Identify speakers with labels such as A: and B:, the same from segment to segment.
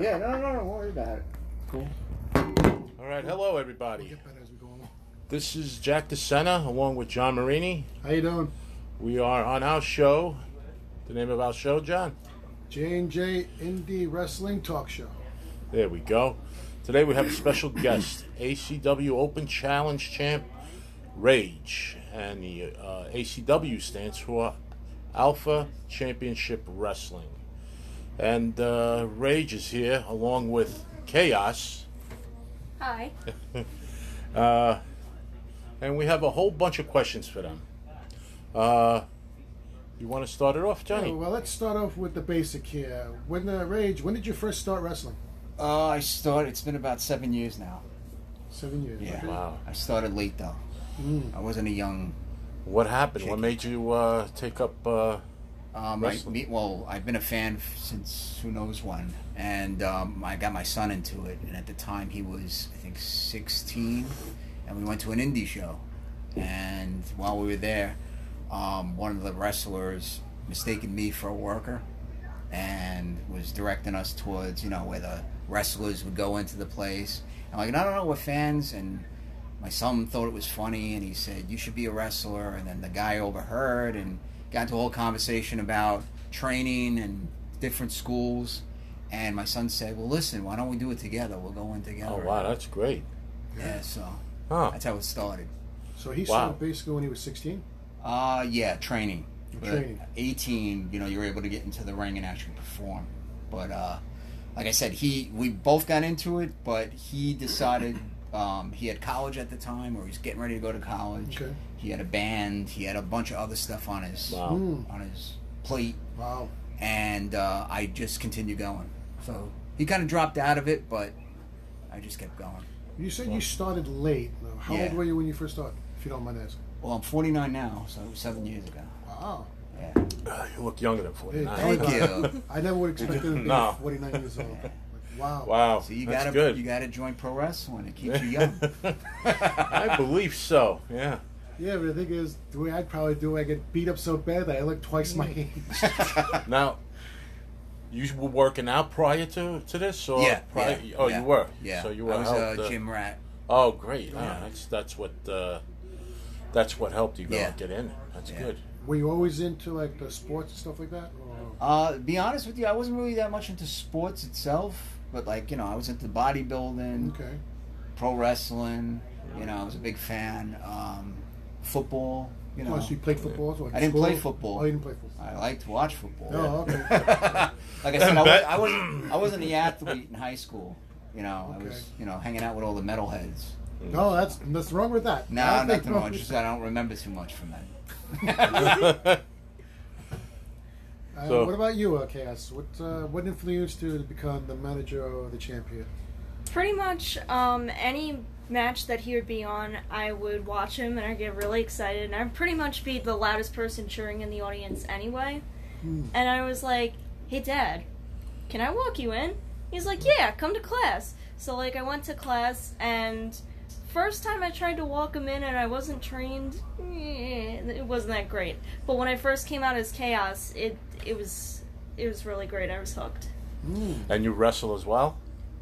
A: Yeah, no, no, don't worry about it.
B: Cool. All right, hello everybody.
C: Get better as we go along.
B: This is Jack DeSena along with John Marini.
C: How you doing?
B: We are on our show. The name of our show, John.
C: J and J Indie Wrestling Talk Show.
B: There we go. Today we have a special guest, ACW Open Challenge champ Rage, and the uh, ACW stands for Alpha Championship Wrestling. And uh, Rage is here along with Chaos.
D: Hi.
B: Uh, and we have a whole bunch of questions for them. Uh, you want to start it off, Johnny?
C: Well, let's start off with the basic here. When the rage, when did you first start wrestling?
E: Uh, I started. It's been about seven years now.
C: Seven years.
E: Yeah.
C: okay.
B: Wow.
E: I started late though. I wasn't a young.
B: What happened? What made you uh, take up? Uh,
E: Um, I,
B: Wrestling.
E: me, well, I've been a fan f- since who knows when, and um, I got my son into it. And at the time, he was I think 16, and we went to an indie show. And while we were there, um, one of the wrestlers mistaken me for a worker, and was directing us towards you know where the wrestlers would go into the place. I'm like, no, no, no, we're fans, and my son thought it was funny and he said you should be a wrestler and then the guy overheard and got into a whole conversation about training and different schools and my son said well listen why don't we do it together we'll go in together
B: oh wow, that's great.
E: yeah so
B: Huh?
E: that's how it started
C: So he
B: Wow.
C: started basically when he was 16.
E: uh yeah training But
C: Training.
E: at 18 you know you're able to get into the ring and actually perform but uh like i said he we both got into it but he decided um, he had college at the time or he's getting ready to go to college
C: Okay.
E: He had a band. He had a bunch of other stuff on his
B: Wow.
E: on his plate,
C: Hmm. Wow.
E: and uh, I just continued going. So he kind of dropped out of it, but I just kept going.
C: You said you started late. Though. How old
E: Yeah.
C: were you when you first started? If you don't mind asking.
E: Well, I'm 49 now, so it was seven years ago.
C: Wow.
E: Yeah.
B: You look younger than
C: Hey,
B: forty-nine.
E: Thank
C: wow.
E: you.
C: I never would expect him to be
B: No.
C: 49 years old. Like, wow.
B: Wow,
E: So you
B: Oh, that's
E: gotta
B: good.
E: you gotta join pro wrestling. It keeps you young.
B: I believe so. Yeah.
C: Yeah, but the thing is, the way I'd probably do, it, I get beat up so bad that I look twice my age.
B: Now, you were working out prior to to this, or
E: yeah.
B: prior?
E: yeah,
B: oh,
E: yeah.
B: you were.
E: Yeah.
B: So you were
E: I was
B: helped,
E: a
B: uh,
E: gym rat.
B: Oh, great. Yeah,
E: Yeah.
B: that's that's what uh, that's what helped you go
E: Yeah.
B: get in. That's
E: Yeah.
B: good.
C: Were you always into like the sports and stuff like that? Or?
E: Uh, be honest with you, I wasn't really that much into sports itself, but like you know, I was into bodybuilding.
C: Okay.
E: pro wrestling. You know, I was a big fan. Um, football. You know,
C: Oh, so you played football? So like
E: I didn't play
C: school?
E: football.
C: Oh, you didn't play football.
E: I like to watch football.
C: Oh, okay.
E: Like I said, I, was,
B: Bet-
E: I wasn't. I wasn't the athlete in high school. You know, I
C: Okay.
E: was you know hanging out with all the metalheads.
C: no, that's nothing wrong with that.
E: No,
C: I think-
E: nothing wrong. Just I don't remember too much from that.
C: Uh,
B: So-
C: What about you, uh, Chaos? What uh, what influenced you to become the manager or the champion?
D: Pretty much um, any match that he would be on, I would watch him and I'd get really excited. And I'd pretty much be the loudest person cheering in the audience anyway. And I was like, hey, Dad, can I walk you in? He's like, yeah, come to class. So, like, I went to class and. First time I tried to walk him in and I wasn't trained, eh, it wasn't that great. But when I first came out as Chaos, it it was it was really great. I was hooked.
E: Hmm.
B: And you wrestle as well?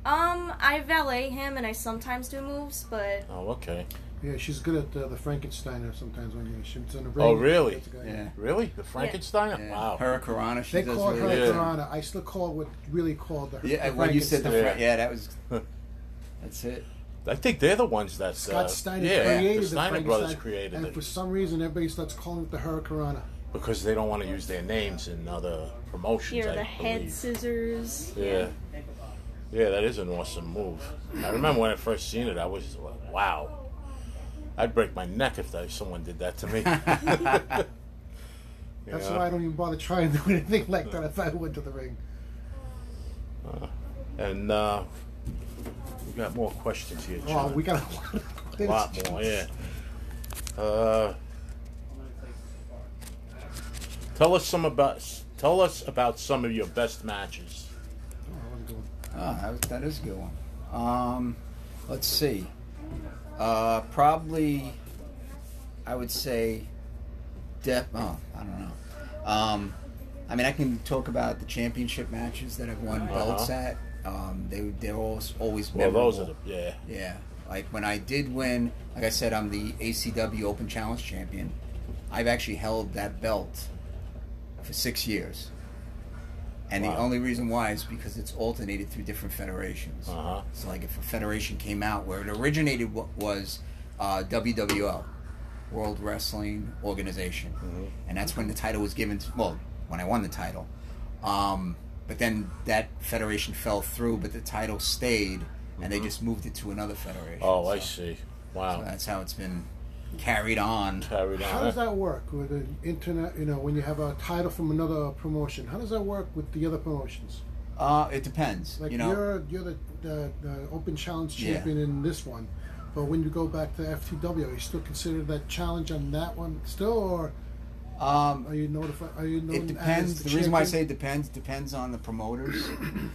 D: Um, I valet him and I sometimes do moves, but
B: Oh, okay.
C: Yeah, she's good at uh, the Frankensteiner sometimes when you she's in the ring.
B: Oh, really?
C: That's a guy.
E: Yeah.
B: Really? The Frankenstein?
E: yeah.
B: Wow.
E: Her Karana, she
C: They
E: does
C: call her
E: really.
B: Yeah.
C: yeah. Piranha. I still call it what really called the
E: Yeah,
C: the
E: when you said the
C: Frankenstein.
E: fra- yeah, that was. That's it.
B: I think they're the ones that uh,
C: Scott Steiner
B: yeah,
C: created
B: the Steiner
C: the
B: brothers
C: Frankenstein,
B: created
C: and
B: it
C: for some reason everybody starts calling it the Hurricanrana.
B: because they don't want to use their names in other promotions.
D: here
B: I
D: the head
B: believe.
D: scissors.
B: Yeah. Yeah, that is an awesome move. I remember when I first seen it, I was like, wow. I'd break my neck if that, someone did that to me.
C: That's
B: Yeah.
C: why I don't even bother trying to do anything like that if I went to the ring.
B: And uh, we got more questions here,
C: Oh,
B: John.
C: we got a lot of
B: a
C: things.
B: lot more, yeah. Uh, tell us some about tell us about some of your best matches.
C: Oh, I wasn't going-
E: Oh, that, that is a good one. Um, let's see. Uh, probably, I would say, def. Oh, I don't know. Um, I mean, I can talk about the championship matches that I've won belts at. Um, they they're all always
B: Uh-huh. Well,
E: memorable.
B: those are the yeah.
E: Yeah. Like when I did win, like I said, I'm the ACW Open Challenge champion. I've actually held that belt for six years. And the
B: Wow.
E: only reason why is because it's alternated through different federations.
B: Uh-huh.
E: So, like, if a federation came out where it originated wa- was uh, WWL, World Wrestling Organization,
B: Mm-hmm.
E: and that's when the title was given. To, well, when I won the title, um, but then that federation fell through, but the title stayed, and they just moved it to another federation.
B: Mm-hmm. Oh, I
E: So
B: see. Wow.
E: That's how it's been carried on.
B: Carried
C: How does
B: on.
C: that work with the internet? You know, when you have a title from another promotion, how does that work with the other promotions?
E: Uh, it depends.
C: Like
E: you
C: you
E: know,
C: are you're the, the, the Open Challenge
E: Yeah.
C: champion in this one, but when you go back to FTW, are you still considered that challenge on that one still, or
E: um,
C: are you notified? Are you known
E: It
C: as
E: depends. The,
C: The,
E: reason why I say
C: champion?
E: it depends depends on the promoters.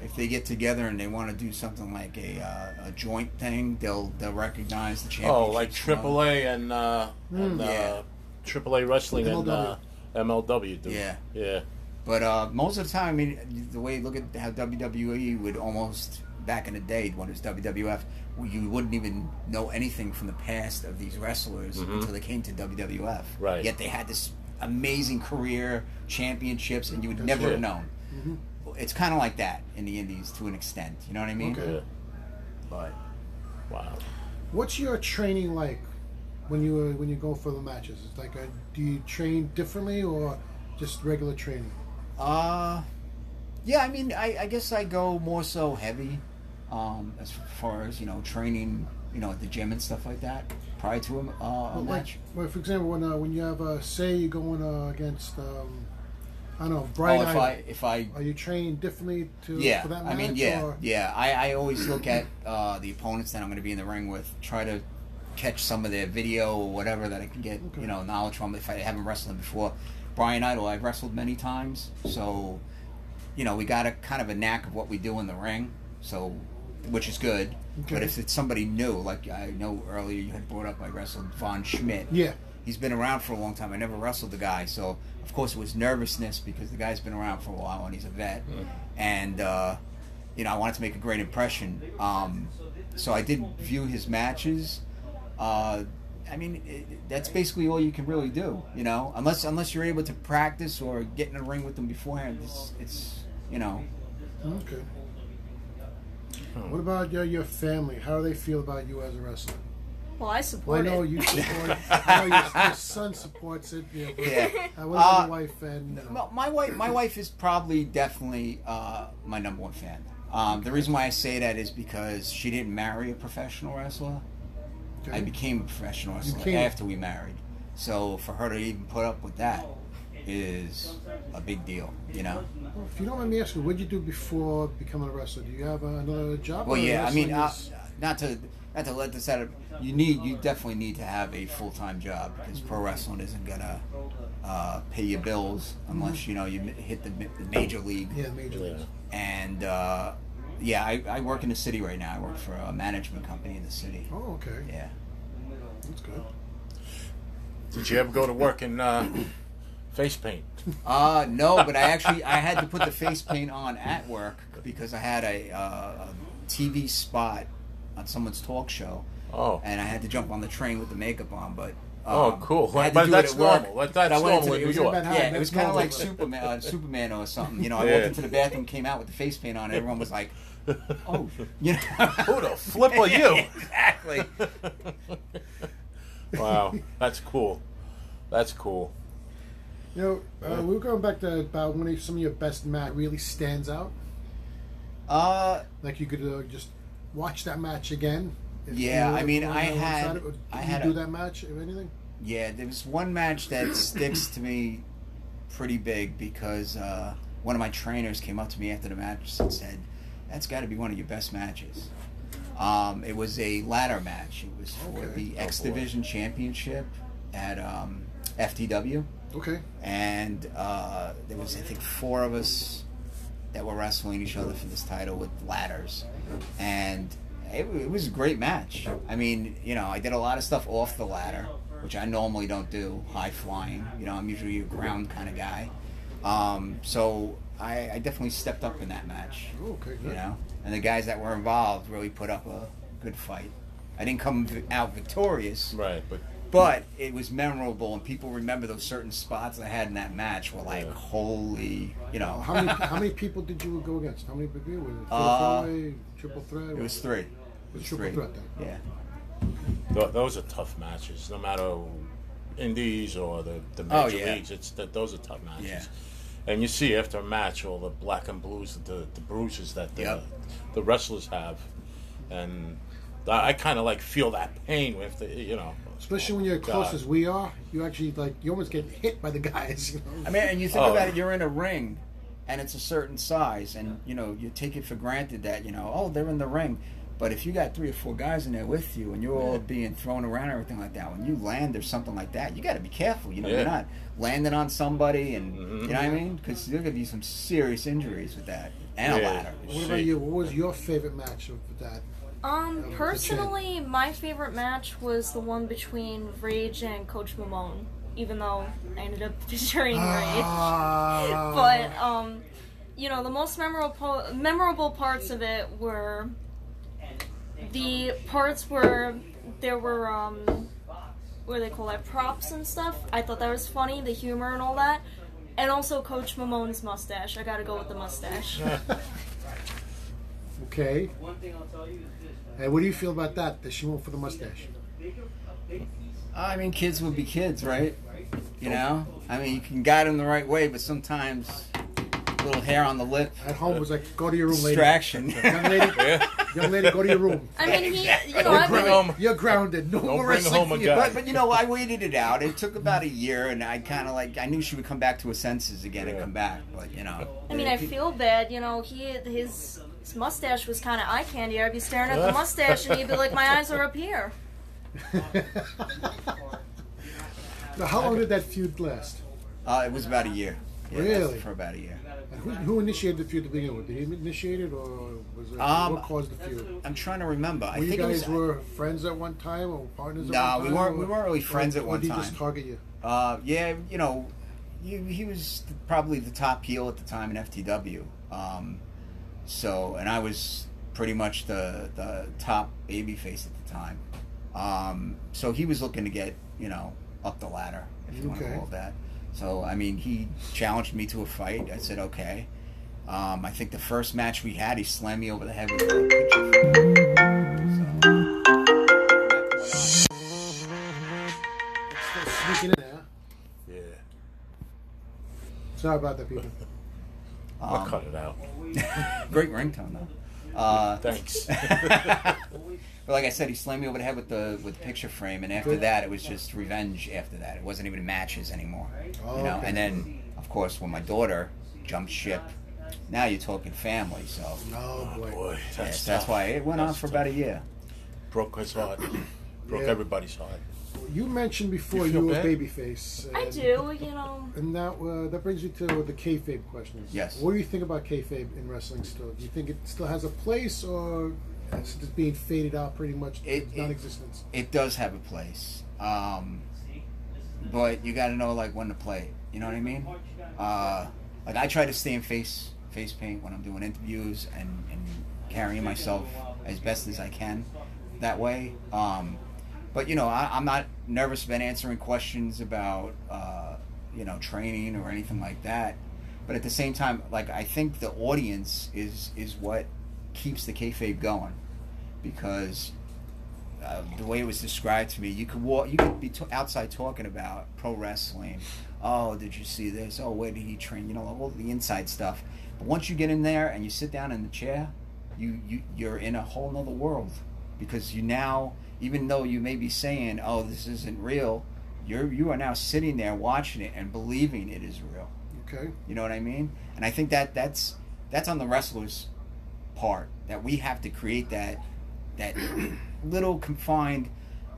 E: if they get together and they want to do something like a, uh, a joint thing, they'll they'll recognize the champion.
B: Oh, like AAA and uh, and
E: Yeah.
B: uh, AAA wrestling and uh, MLW. do.
E: Yeah.
B: Yeah.
E: But uh, most of the time, I mean, the way you look at how WWE would almost back in the day when it was WWF, you wouldn't even know anything from the past of these wrestlers until they came to WWF.
B: Right.
E: Yet they had this amazing career, championships, and you would never
B: it.
E: have known. It's kind of like that in the Indies to an extent. You know what I mean?
C: Okay.
B: Yeah.
E: But
B: Wow.
C: What's your training like when you uh, when you go for the matches? It's like, a, do you train differently or just regular training?
E: Uh, yeah, I mean, I, I guess I go more so heavy um, as far as, you know, training, you know, at the gym and stuff like that prior to a, m- uh, a
C: Well, like,
E: match.
C: well, for example, when uh, when you have uh, say you're going uh, against um, I don't know Brian,
E: oh, if I, if I,
C: are you training differently to
E: yeah,
C: for that match?
E: I mean, yeah,
C: or-
E: yeah. I, I always look at uh, the opponents that I'm going to be in the ring with, try to catch some of their video or whatever that I can get,
C: Okay.
E: you know, knowledge from if I haven't wrestled them before. Brian Idol, I've wrestled many times, so you know, we got a kind of a knack of what we do in the ring, so which is good. But
C: Okay.
E: if it's somebody new, like I know earlier you had brought up, I wrestled Von Schmidt.
C: Yeah.
E: He's been around for a long time. I never wrestled the guy, so of course it was nervousness because the guy's been around for a while and he's a vet. And uh, you know, I wanted to make a great impression. Um, so I did view his matches. Uh, I mean, it, that's basically all you can really do, you know, unless unless you're able to practice or get in a ring with them beforehand. It's, it's you know,
C: Okay. What about your, your family? How do they feel about you as a wrestler?
D: Well, I
C: Well, I
D: support
C: know
D: it.
C: you support. I know your, your son supports it. You know, but
E: Yeah.
C: I was uh,
E: Uh,
C: wife and. You know,
E: Well, my wife, my wife is probably definitely uh, my number one fan. Um, the reason why I say that is because she didn't marry a professional wrestler. I
C: okay.
E: became a professional wrestler
C: became-
E: after we married. So for her to even put up with that is a big deal, you know.
C: Well, if you don't mind me asking, what did you do before becoming a wrestler? Do you have uh, another job?
E: Well,
C: or
E: yeah, I mean,
C: wrestling
E: uh,
C: is-
E: not to not to let this out of you need you definitely need to have a full time job because pro wrestling isn't gonna uh, pay your bills unless you know you m- hit the, ma- the major league.
C: yeah, major leagues.
E: And uh, yeah, I, I work in the city right now. I work for a management company in the city.
C: Oh, okay,
E: Yeah.
C: that's good.
B: Did you ever go to work in uh, face paint?
E: Uh, no, but I actually I had to put the face paint on at work because I had a, uh, a TV spot on someone's talk show,
B: Oh.
E: and I had to jump on the train with the makeup on. But
B: Oh,
E: um,
B: cool.
E: I had to
B: But
E: do it
B: that's
E: at work.
B: normal. That's-
E: But I
B: that's
E: went
B: normal
E: into the-
B: in
E: it
B: New
E: was
B: York.
C: Manhattan,
E: Yeah, it
C: that's
E: was kind of
C: normal.
E: like Superman, uh, Superman or something. You know, I
B: Yeah.
E: walked into the bathroom, came out with the face paint on. Everyone was like, "Oh, you know."
B: Who the flip are you?
E: exactly.
B: wow, that's cool. That's cool.
C: You know, uh, we were going back to about one of some of your best match really stands out.
E: Uh,
C: Like you could uh, just watch that match again. if
E: Yeah,
C: you
E: I mean,
C: were
E: I
C: on
E: had-
C: Saturday. Did
E: I
C: you
E: had
C: do
E: a-
C: that match or anything.
E: Yeah, there was one match that sticks to me pretty big because uh, one of my trainers came up to me after the match and said, "That's got to be one of your best matches." Um, it was a ladder match. It was for
C: Okay.
E: the X Division Championship at um, FTW,
C: Okay.
E: and uh, there was I think four of us that were wrestling each other for this title with ladders, and it, wa- it was a great match. I mean, you know, I did a lot of stuff off the ladder, which I normally don't do, high flying. You know, I'm usually a ground kind of guy. Um, so I, I definitely stepped up in that match.
C: Okay,
E: You
C: good.
E: know, and the guys that were involved really put up a good fight. I didn't come vi- out victorious,
B: Right, but
E: but it was memorable, and people remember those certain spots I had in that match. Were like,
B: Yeah.
E: holy, you know,
C: How many how many people did you go against? How many people were it?
E: Uh,
C: Four-way, triple threat.
E: it was three. It was
C: triple
E: three.
C: threat then.
E: Yeah.
B: th- those are tough matches, no matter indies or the, the
E: Oh,
B: major
E: yeah.
B: leagues. It's that those are tough matches.
E: Yeah.
B: And you see after a match all the black and blues, the, the bruises that the,
E: Yep.
B: the wrestlers have, and I, I kind of like feel that pain with the you know. Oh,
C: Especially when you're
B: God.
C: close as we are, you actually like you almost get hit by the guys. You know?
E: I mean, and you think
B: Oh.
E: about it, you're in a ring, and it's a certain size, and you know you take it for granted that you know oh they're in the ring, but if you got three or four guys in there with you, and you're all being thrown around and everything like that, when you land or something like that, you got to be careful. You know,
B: Yeah. Mm-hmm.
E: you're not landing on somebody, and you know what I mean, because there could be some serious injuries with that
B: Yeah.
E: and a ladder.
C: What about
B: See.
C: you? What was your favorite match of that?
D: Um,
C: good
D: personally, my favorite match was the one between Rage and Coach Mamone, even though I ended up featuring Rage.
C: Ah,
D: But, um, you know, the most memorable, po- memorable parts of it were the parts where there were, um, what do they call that, props and stuff. I thought that was funny, the humor and all that. And also Coach Mamone's mustache. I gotta go with the mustache.
C: okay.
F: One thing I'll tell you is this.
C: And what do you feel about that? That she went for the mustache.
E: I mean, kids will be kids, right? You know, I mean, you can guide them the right way, but sometimes a little hair on the lip,
C: At home was like, go to your room, lady.
E: distraction.
C: Young lady, young lady, go to your room.
D: I mean, he, you know,
B: Don't
D: I've
B: bring
D: been
B: home-
C: You're grounded. No
B: Don't
C: more
B: bring
C: wrestling
B: home a
C: for you.
B: guy.
E: but, but you know, I waited it out. It took about a year, and I kind of like I knew she would come back to her senses again and
B: Yeah.
E: come back. But you know,
D: I mean, I feel bad. You know, he his, his mustache was kind of eye candy. I'd be staring at the mustache, and he'd be like, "My eyes are up here."
C: Now, how long did that feud last?
E: uh, it was about a year. Yeah, it
C: Really?
E: lasted for about a year.
C: And who, who initiated the feud to begin with? Did he initiate it, or was it
E: Um,
C: what caused the feud?
E: I'm trying to remember. I
C: Were you
E: think
C: guys
E: it was.
C: were friends at one time, or partners?
E: Nah,
C: at one
E: we
C: time,
E: weren't-
C: or-
E: we weren't really
C: or-
E: friends at
C: or
E: one
C: did he just
E: time.
C: target you?
E: Uh, yeah, you know, he, he was th- probably the top heel at the time in FTW. Um, so, and I was pretty much the the top babyface at the time. Um, so he was looking to get you know up the ladder, if you want to
C: Okay.
E: call it that. So, I mean, he challenged me to a fight. I said okay. Um, I think the first match we had, he slammed me over the head with a picture frame. So, from that point on-
C: Still sneaking in there.
B: Yeah,
C: Sorry about that, people.
B: I'll cut it out.
E: um, Great ringtone though. Uh,
B: Thanks.
E: but like I said, he slammed me over the head with the with the picture frame, and after that, it was just revenge. After that, it wasn't even matches anymore.
C: Oh,
E: you know,
C: okay.
E: and then of course when my daughter jumped ship, now you're talking family. So
C: Oh boy.
B: Boy, that's
E: yes, that's
B: tough.
E: why it went on
B: That's
E: for
B: tough.
E: about a year.
B: broke his heart. Broke
C: Yeah.
B: everybody's heart.
C: You mentioned before
B: You
C: you,
B: feel
C: were
B: bad?
C: babyface.
D: I
C: and-
D: do, you know.
C: And that uh, that brings you to the kayfabe questions.
E: Yes.
C: What do you think about kayfabe in wrestling still? Do you think it still has a place, or it's just being faded out pretty much
E: It-
C: to non-existence?
E: It does have a place, um, but you got to know like when to play. it. You know what I mean? Uh, like I try to stay in face face paint when I'm doing interviews and, and carrying myself as best as I can that way. Um, but you know, I, I'm not nervous about answering questions about uh, you know training or anything like that. But at the same time, like I think the audience is is what keeps the kayfabe going because uh, the way it was described to me, you could walk, you could be t- outside talking about pro wrestling. Oh, did you see this? Oh, where did he train? You know, all the inside stuff. But once you get in there and you sit down in the chair, you, you you're in a whole nother world because you now, even though you may be saying, "Oh, this isn't real," you're you are now sitting there watching it and believing it is real.
C: Okay.
E: You know what I mean? And I think that that's that's on the wrestlers' part that we have to create that that little confined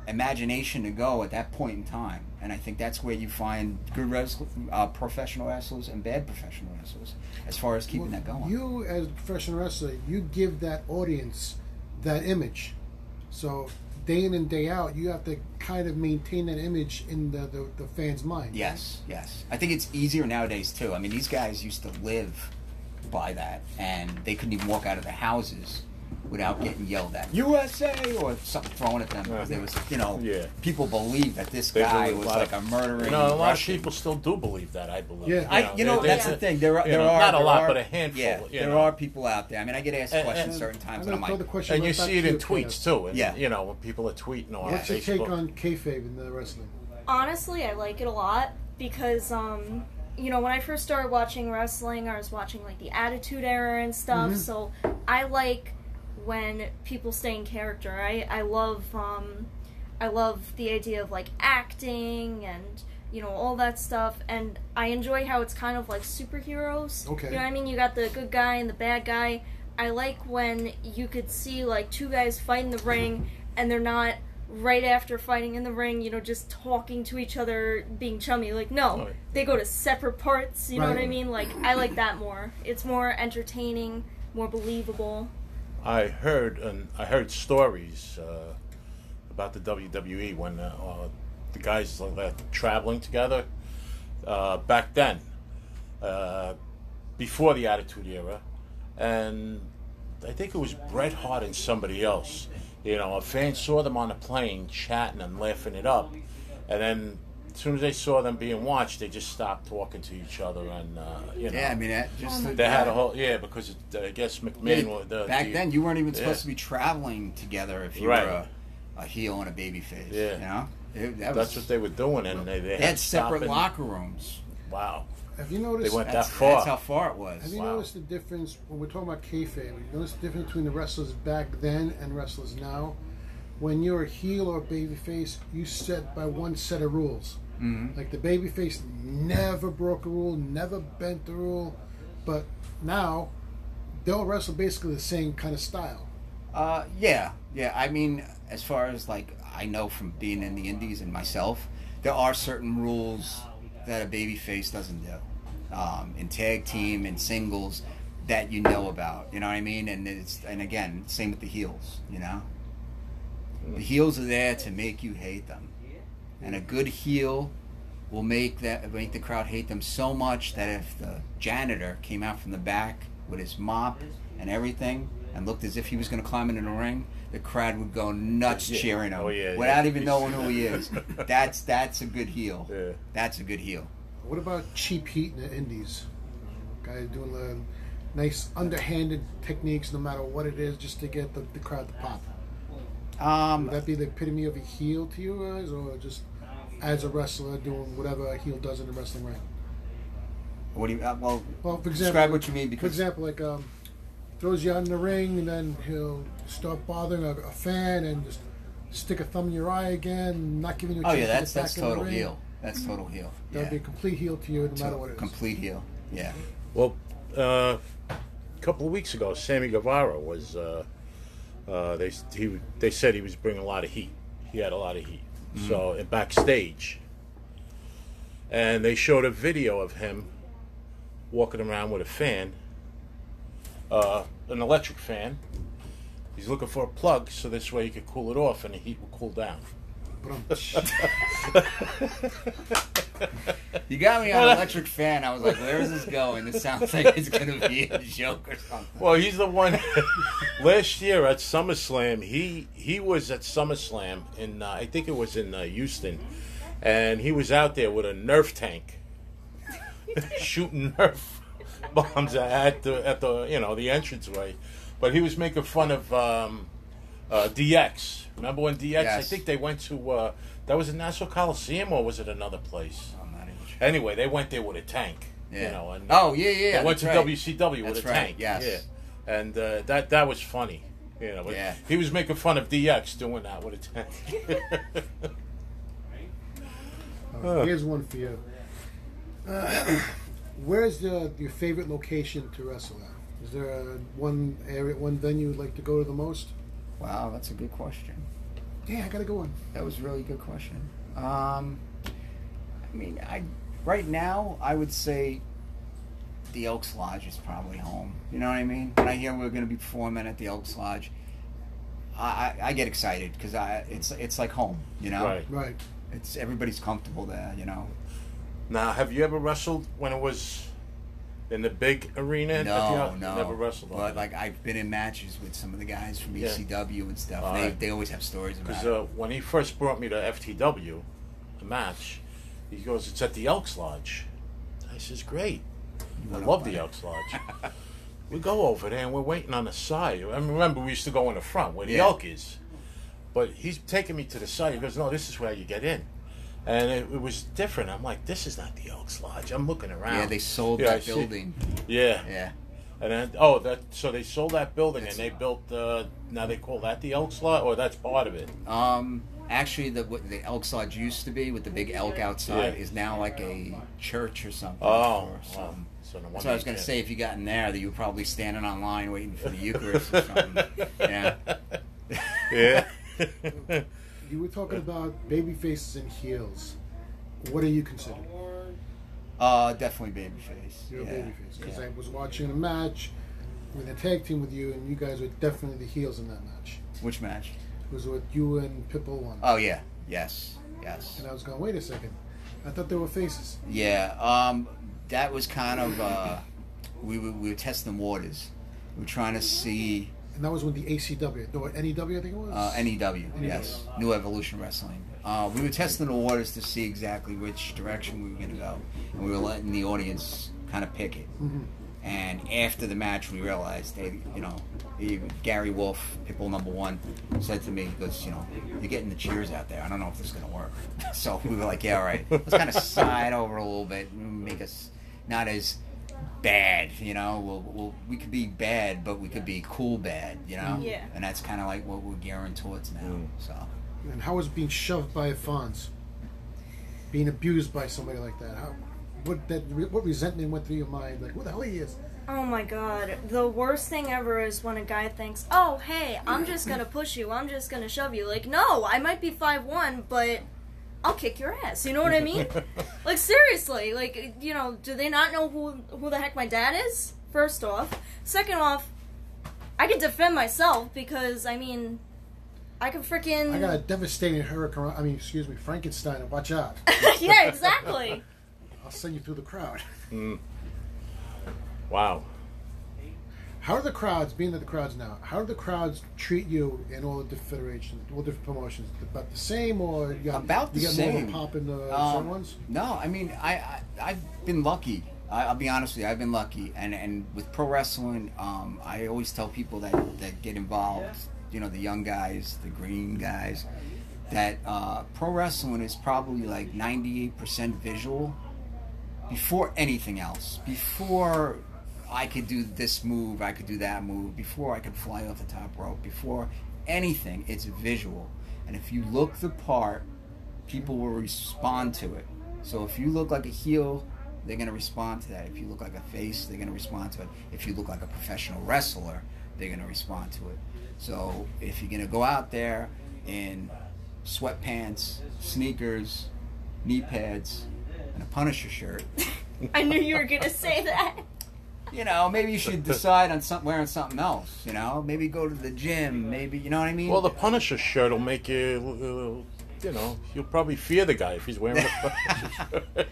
E: imagination to go at that point in time. And I think that's where you find good wrestl uh, professional wrestlers and bad professional wrestlers as far as keeping that going.
C: You, as a professional wrestler, you give that audience that image. So day in and day out, you have to kind of maintain that image in the, the, the fans' mind.
E: yes, yes. I think it's easier nowadays too. I mean, these guys used to live by that, and they couldn't even walk out of their houses without getting yelled at USA or something thrown at them because there was you know
B: Yeah.
E: people believe that this
B: They
E: guy
B: believe a
E: was
B: lot
E: like a
B: of-
E: murdering.
B: You know, a lot of
E: Russian.
B: people still do believe that. I believe.
C: Yeah.
E: I, you know,
B: they-
E: that's
B: they-
E: the thing. There are,
B: you
E: there
B: know,
E: are
B: not a
E: there
B: lot,
E: are-
B: but a handful.
E: Yeah,
B: you
E: there
B: know.
E: are people out there. I mean, I get asked
B: And-
E: questions
B: and-
E: certain times,
C: I'm
E: and I'm
C: gonna throw
E: like,
C: the question.
B: and
C: right
B: you
C: back
B: see it
C: to
B: in
C: you, Kenneth.
B: tweets too. And,
E: Yeah.
B: You know, when people are tweeting on
C: What's your
B: Facebook.
C: take on kayfabe in the wrestling?
D: honestly, I like it a lot because, um, you know, when I first started watching wrestling, I was watching like the Attitude Era and stuff. So I like when people stay in character. I I love um, I love the idea of like acting and you know all that stuff. And I enjoy how it's kind of like superheroes.
C: Okay.
D: You know what I mean? You got the good guy and the bad guy. I like when you could see like two guys fight in the ring and they're not right after fighting in the ring, you know, just talking to each other, being chummy. Like, no,
B: Right.
D: they go to separate parts. You know what I
C: Right.
D: mean? Like, I like that more. It's more entertaining, more believable.
B: I heard and I heard stories uh, about the WWE when uh, uh, the guys were traveling together uh, back then, uh, before the Attitude Era, and I think it was Bret Hart and somebody else. You know, a fan saw them on the plane chatting and laughing it up, and then as soon as they saw them being watched, they just stopped talking to each other and uh, you know.
E: yeah, I mean, that just
B: Oh They had a whole yeah because it, I guess McMahon was the,
E: back
B: the-
E: then you weren't even
B: yeah.
E: supposed to be traveling together if you
B: Right.
E: were a, a heel and a baby face.
B: Yeah.
E: you know, It- that was,
B: That's what they were doing, and they, they
E: They had separate
B: stopping-
E: locker rooms.
B: Wow,
C: Have you noticed?
B: They went
E: That's,
B: That far.
E: that's how far it
C: Have
E: was.
C: you
B: Wow.
C: noticed the difference when we're talking about kayfabe? You notice the difference between the wrestlers back then and wrestlers now. When you're a heel or a babyface, you set by one set of rules. mm
B: Mm-hmm.
C: Like the babyface never broke a rule, never bent the rule, but now they'll wrestle basically the same kind of style.
E: Uh, yeah, yeah. I mean, as far as like I know from being in the Indies and myself, there are certain rules that a babyface doesn't do um, in tag team and singles that you know about. You know what I mean? And it's and again, same with the heels. You know, the heels are there to make you hate them, and a good heel will make that make the crowd hate them so much that if the janitor came out from the back with his mop and everything and looked as if he was going to climb into the ring, the crowd would go nuts
B: Yeah.
E: cheering him
B: Oh, yeah,
E: without
B: yeah.
E: even knowing who he is. that's that's a good heel.
B: Yeah.
E: That's a good heel.
C: What about cheap heat in the indies? Guys doing the nice underhanded techniques, no matter what it is, just to get the, the crowd to pop.
E: Um,
C: Would that be the epitome of a heel to you guys, or just as a wrestler doing whatever a heel does in the wrestling ring?
E: what do you? Uh, well,
C: Well, for example,
E: describe what you mean
C: for
E: because
C: example, like um, throws you out in the ring, and then he'll start bothering a, a fan and just stick a thumb in your eye again, not giving you. A
E: oh
C: chance
E: yeah,
C: to
E: that's
C: get back
E: that's
C: in the
E: total
C: ring.
E: heel. That's total heel.
C: That'd
E: Yeah.
C: be a complete heel to you, no matter what it is.
E: Complete heel. Yeah.
B: Well, uh, a couple of weeks ago, Sammy Guevara was. Uh, uh, they he they said he was bringing a lot of heat. He had a lot of heat.
E: Mm.
B: So and backstage, and they showed a video of him walking around with a fan, uh, an electric fan. He's looking for a plug, so this way he could cool it off, and the heat will cool down.
C: But um,
E: You got me on electric fan. I was like, where is this going? This sounds like it's gonna be a joke or something.
B: Well, he's the one. last year at SummerSlam, he he was at SummerSlam in uh, I think it was in uh, Houston, and he was out there with a Nerf tank, shooting Nerf bombs at the at the you know the entranceway, but he was making fun of um, uh, DX. Remember when DX? I
E: Yes.
B: think they went to uh, that was in Nassau Coliseum or was it another place?
E: I'm not even sure.
B: Anyway, they went there with a tank.
E: Yeah.
B: You know, and,
E: Oh, yeah, yeah,
B: They went
E: that's
B: to
E: right.
B: WCW with
E: That's
B: a
E: right,
B: tank.
E: yes.
B: Yeah. And uh, that that was funny. You know, but
E: Yeah.
B: he was making fun of DX doing that with a tank.
C: uh, here's one for you. Uh, where's the, your favorite location to wrestle at? Is there a, one area, one venue you'd like to go to the most?
E: Wow, that's a good question.
C: Yeah, I gotta go on.
E: That was a really good question. Um, I mean, I right now I would say the Elks Lodge is probably home. You know what I mean? When I hear we're going to be performing at the Elks Lodge, I, I, I get excited because I it's it's like home. You know,
B: right.
C: Right.
E: it's everybody's comfortable there. You know,
B: Now, have you ever wrestled when it was in the big arena. at
E: No,
B: the,
E: no.
B: never wrestled.
E: But like I've been in matches with some of the guys from
B: Yeah.
E: ECW and stuff.
B: All
E: they
B: right.
E: they always have stories about
B: because
E: it.
B: uh, when he first brought me to FTW, a match, he goes, "It's at the Elks Lodge." I says, "Great, I
E: went
B: love
E: up
B: the
E: on
B: Elks
E: it.
B: Lodge." we go over there and we're waiting on the side. I mean, remember we used to go in the front where the
E: Yeah.
B: Elk is, but he's taking me to the side. He goes, "No, this is where you get in." And it, it was different. I'm like, this is not the Elks Lodge. I'm looking around.
E: Yeah, they sold
B: Yeah, I
E: that
B: see.
E: building.
B: Yeah.
E: Yeah.
B: And then, oh, that so they sold that building
E: That's-
B: and they built. Uh, now they call that the Elks Lodge, or that's part of it.
E: Um. Actually, the what the elk lodge used to be with the big elk outside
B: Yeah.
E: is now like a church or something.
B: Oh,
E: or
B: wow.
E: some-
B: so no
E: That's
B: wonder
E: what I was
B: you
E: gonna
B: can't-
E: say. If you got in there, that you were probably standing online waiting for the Eucharist or something. Yeah.
B: Yeah.
C: You were talking about baby faces and heels. What are you considered?
E: Uh, definitely babyface.
C: You're
E: yeah.
C: a baby face because
E: yeah.
C: I was watching a match with a tag team with you, and you guys were definitely the heels in that match.
E: Which match?
C: It was with you and Pitbull one,
E: Oh yeah. Yes. Yes.
C: and I was going, wait a second, I thought they were faces.
E: Yeah, um, that was kind of uh, we were, we were testing the waters. We were trying to see
C: And that was with the ACW, no, NEW, I think it was.
E: uh, NEW, yes, New Evolution Wrestling. Uh, we were testing the waters to see exactly which direction we were going to go, and we were letting the audience kind of pick it. And after the match, we realized they, you know, even Gary Wolf, Pitbull number one, said to me, he goes, you know, you're getting the cheers out there. I don't know if this is going to work. So we were like, yeah, all right. Let's kind of side over a little bit and make us not as bad, you know? We'll, we'll, we could be bad, but we could be cool bad, you know?
D: Yeah.
E: And that's kind of like what we're gearing towards now. So,
C: And how was being shoved by Fonz, being abused by somebody like that? How, what that, what resentment went through your mind? Like, what the hell he is?
D: Oh my god. The worst thing ever is when a guy thinks, oh, hey, I'm just gonna push you, I'm just gonna shove you. Like, no, I might be 5'1, but I'll kick your ass. You know what I mean? like, seriously, like, you know, do they not know who, who the heck my dad is? First off. Second off, I can defend myself because, I mean, I can freaking.
C: I got a devastating hurricane. I mean, excuse me, Frankenstein. Watch out!
D: yeah, exactly.
C: I'll send you through the crowd.
B: wow.
C: How are the crowds, being that the crowds now, how do the crowds treat you in all the different federations, all different promotions? About the same or you got,
E: About the
C: you got more of
E: same.
C: a pop in the
E: Um,
C: certain ones?
E: No, I mean, I, I I've been lucky. I, I'll be honest with you, I've been lucky, and and with pro wrestling, um, I always tell people that that get involved, you know, the young guys, the green guys, that uh, pro wrestling is probably like ninety eight percent visual, before anything else, before I could do this move, I could do that move, before I could fly off the top rope, before anything, it's visual. And if you look the part, people will respond to it. So if you look like a heel, they're going to respond to that. If you look like a face, they're going to respond to it. If you look like a professional wrestler, they're going to respond to it. So if you're going to go out there in sweatpants, sneakers, knee pads, and a Punisher shirt,
D: I knew you were gonna say that.
E: you know, maybe you should decide on some, wearing something else. You know, maybe go to the gym. Maybe you know what I mean.
B: Well, the Punisher shirt will make you, uh, you know, you'll probably fear the guy if he's wearing the Punisher shirt.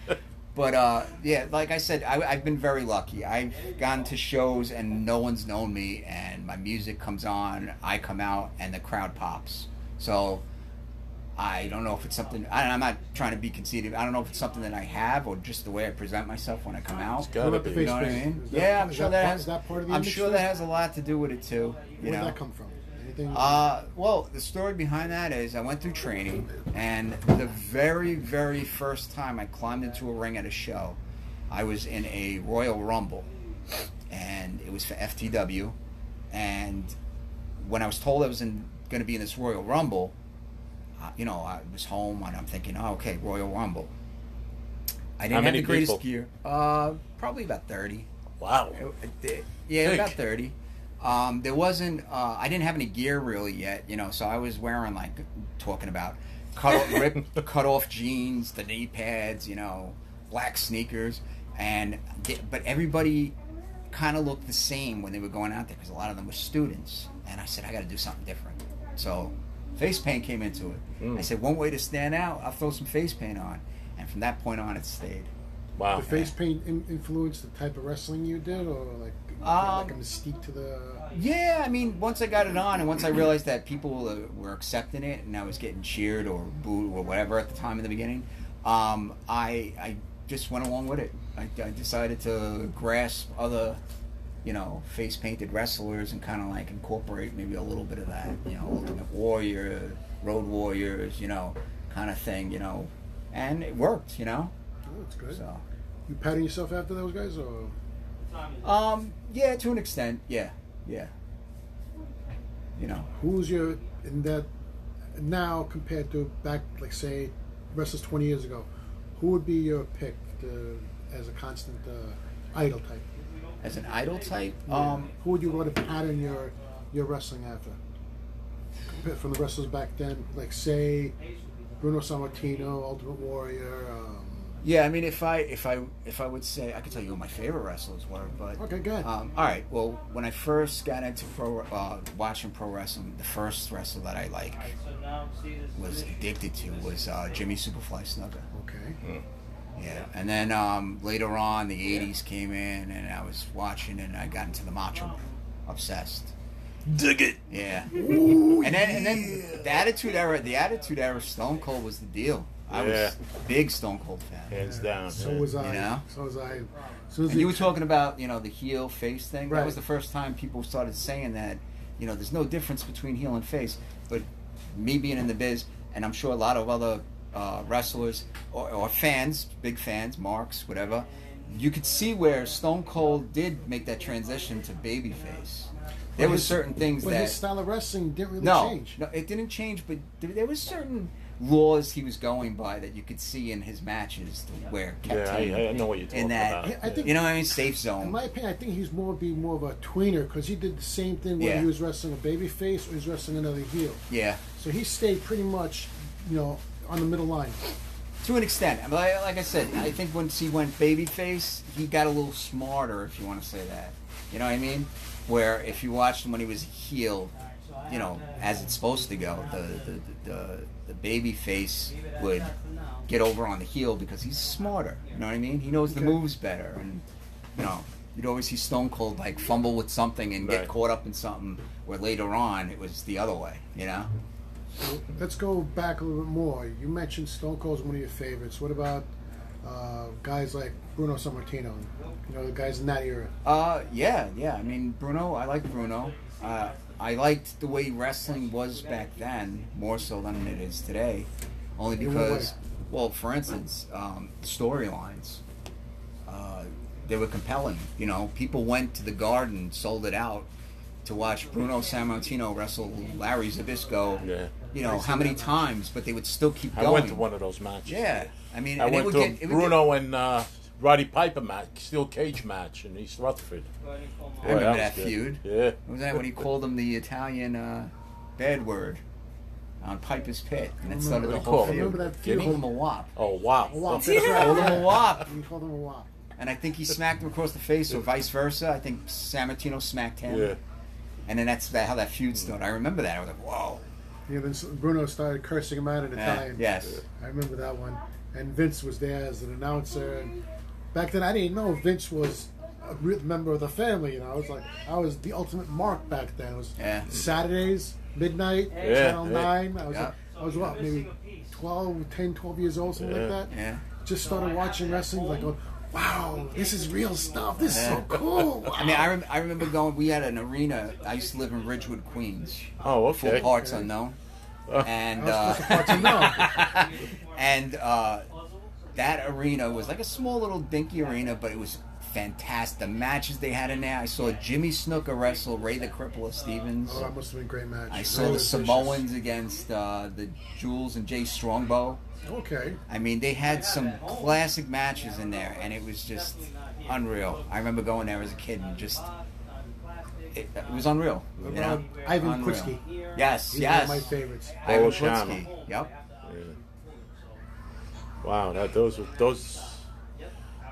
E: but uh, yeah, like I said, I, I've been very lucky. I've gone to shows and no one's known me, and my music comes on, I come out, and the crowd pops. So I don't know if it's something. I, I'm not trying to be conceited. I don't know if it's something that I have or just the way I present myself when I come out.
B: gotta
C: What about the
B: be.
E: You
C: face
E: know what I
C: paint?
E: mean?
C: Is that-
E: Yeah, I'm
C: is
E: sure
C: that
E: that
C: part-
E: has.
C: is that part of the
E: I'm sure
C: industry?
E: that has a lot to do with it too. You
C: Where
E: know?
C: did that come from? Anything?
E: Uh, well, the story behind that is I went through training, and the very, very first time I climbed into a ring at a show, I was in a Royal Rumble, and it was for FTW. And when I was told I was in, going to be in this Royal Rumble, uh, you know, I was home and I'm thinking, oh, okay, Royal Rumble. I didn't
B: How
E: have
B: many
E: the greatest
B: people?
E: gear. Uh, probably about 30.
B: wow.
E: Yeah, about
B: Think.
E: thirty. Um, there wasn't. Uh, I didn't have any gear really yet, you know. So I was wearing like talking about cut off, rip, cut off jeans, the knee pads, you know, black sneakers, and di- but everybody kind of looked the same when they were going out there because a lot of them were students. And I said, I got to do something different. So face paint came into it. I said, one way to stand out, I'll throw some face paint on. And from that point on, it stayed.
B: Wow.
C: The face paint in- influenced the type of wrestling you did, or like like a
E: Um,
C: mystique to the
E: Yeah, I mean, once I got it on, and once I realized that people uh, were accepting it, and I was getting cheered or booed or whatever at the time in the beginning, um, I I just went along with it. I, I decided to grasp other, you know, face painted wrestlers and kind of like incorporate maybe a little bit of that, you know, Ultimate Warrior, Road Warriors, you know, kind of thing, you know, and it worked, you know.
C: Oh, that's good.
E: So,
C: You patting yourself after those guys, or
E: um, yeah, to an extent, yeah, yeah, you know.
C: who's your in that now compared to back, like say, wrestlers twenty years ago? Who would be your pick to, as a constant uh, idol type?
E: as an idol type. Um,
C: who would you want to pattern your your wrestling after? Compared from the wrestlers back then, like say Bruno Sammartino, Ultimate Warrior. Um,
E: yeah, I mean, if I if I if I would say, I could tell you who my favorite wrestlers were, but
C: okay, good.
E: um, all right. Well, when I first got into pro uh, watching pro wrestling, the first wrestler that I like was addicted to was uh, Jimmy Superfly Snugger.
C: okay.
E: Yeah, and then um, later on, the '80s came in, and I was watching, and I got into the Macho Man, obsessed.
B: Dig it.
E: Yeah. and then and then the attitude era the attitude era Stone Cold was the deal. I
B: Yeah.
E: was a big Stone Cold fan.
B: Hands down.
C: So
B: yeah.
C: was I.
E: know?
C: So was I. So was
E: And
C: the-
E: you were talking about, you know, the heel face thing. That was
C: Right.
E: the first time people started saying that, you know, there's no difference between heel and face. But me being in the biz, and I'm sure a lot of other uh, wrestlers or, or fans, big fans, marks, whatever, you could see where Stone Cold did make that transition to babyface. There were
C: his-
E: certain things
C: but
E: that
C: his style of wrestling didn't really
E: no,
C: change.
E: No, it didn't change, but there, there was certain laws he was going by that you could see in his matches to where kept
B: Yeah,
E: him
B: I, I know what you're talking
E: in that.
B: about.
C: I think-
E: You know what I mean? Safe
C: In
E: zone.
C: my opinion, I think he's more be more of a tweener because he did the same thing whether
E: Yeah.
C: he was wrestling a babyface or he was wrestling another heel.
E: yeah,
C: So he stayed pretty much, you know, on the middle line.
E: to an extent. But I- like I said, I think once he went babyface, he got a little smarter, if you want to say that. You know what I mean? Where if you watched him when he was heel, you know, as it's supposed to go, the the the, the baby face would get over on the heel because he's smarter. You know what I mean? He knows the moves better, and you know, you'd always see Stone Cold like fumble with something and get
B: Right.
E: caught up in something. Where later on it was the other way. You know?
C: So let's go back a little bit more. You mentioned Stone Cold's one of your favorites. What about uh, guys like Bruno Sammartino? You know, the guys in that era.
E: Uh, yeah, yeah. I mean, Bruno, I like Bruno. Uh, I liked the way wrestling was back then, more so than it is today. Only
C: In what
E: because, well, for instance, um, storylines, uh, they were compelling. You know, people went to the garden, sold it out to watch Bruno Sammartino wrestle Larry Zabisco.
B: Yeah.
E: You know, how many times, but they would still keep
B: I
E: going.
B: went to one of those matches.
E: Yeah. I mean,
B: I
E: and it
B: went
E: would
B: to
E: get-
B: a
E: it would get-
B: Bruno and uh, Roddy Piper match, steel cage match in East Rutherford.
E: I remember that
B: was good.
E: feud. What was that when he called him the Italian uh, bad word on Piper's Pit? And that started
B: What do
E: the
B: you
E: whole
B: call it?
E: feud.
C: Remember that
E: He
C: feud?
E: called him a wop.
B: Yeah. Oh wow.
C: A wop.
B: That's right.
E: Called him a wop.
C: You called him a wop.
E: And I think he smacked him across the face or vice versa. I think Sammartino smacked him.
B: Yeah.
E: And then that's that, how that feud started. I remember that. I was like, whoa.
C: Yeah, then s- Bruno started cursing him out at a
E: Yeah,
C: time.
E: yes.
C: I remember that one. And Vince was there as an announcer. And back then, I didn't know Vince was a real member of the family. You know, I was like, I was the ultimate mark back then. It was
E: Yeah.
C: Saturdays, midnight,
B: Yeah,
C: Channel
B: yeah.
C: 9. I was,
E: Yeah.
C: like, I was what, maybe 12, 10, 12 years old, something
B: Yeah.
C: like that.
E: Yeah.
C: Just started watching wrestling, like, going, wow, this is real stuff. This is so cool. Wow.
E: I mean, I, rem- I remember going, we had an arena. I used to live in Ridgewood, Queens.
B: Oh
E: Full
B: okay.
E: parts unknown. And,
C: I was
E: uh,
C: supposed to watch him now.
E: and uh, that arena was like a small little dinky arena, but it was fantastic. The matches they had in there, I saw Jimmy Snooker wrestle Ray the Crippler Stevens.
C: Oh, that must have been a great match.
E: I saw the
C: Really
E: Samoans against uh, the Jules and Jay Strongbow.
C: vicious. Okay.
E: I mean, they had some classic matches in there, and it was just unreal. I remember going there as a kid and just. It, it was unreal. You know?
C: About Ivan
E: Unreal.
C: Klitschko.
E: Yes,
C: He's
E: yes.
C: one of my favorites.
E: Ivan
B: Bolshano.
E: Klitschko. Yep.
B: Yeah. Wow, that those were those.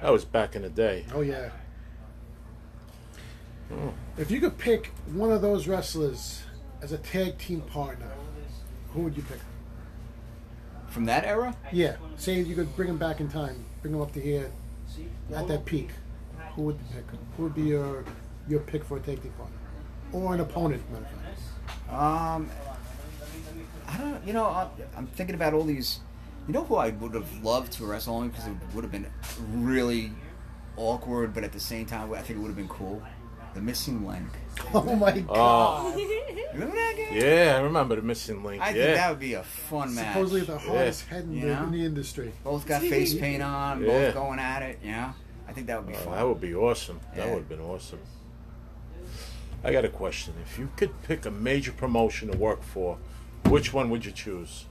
B: That was back in the day.
C: Oh yeah. If you could pick one of those wrestlers as a tag team partner, who would you pick?
E: From that era?
C: Yeah, say you could bring him back in time, bring him up to here, at that peak, who would you pick? Who would be your your pick for a tag team partner or an opponent? Matter of fact.
E: Um, I don't. You know, I, I'm thinking about all these. You know who I would have loved to wrestle only because it would have been really awkward, but at the same time, I think it would have been cool. The missing link.
C: Oh my
B: Oh.
C: god!
E: Remember that guy?
B: Yeah, I remember the missing link.
E: I
B: yeah.
E: think that would be a fun match.
C: Supposedly the hardest head in,
E: You
C: the,
E: know?
C: in the industry.
E: both got face paint on,
B: Yeah.
E: both going at it. You know, I think that would be
B: Oh,
E: fun.
B: that would be awesome. That
E: Yeah.
B: would have been awesome. I got a question. If you could pick a major promotion to work for, which one would you choose?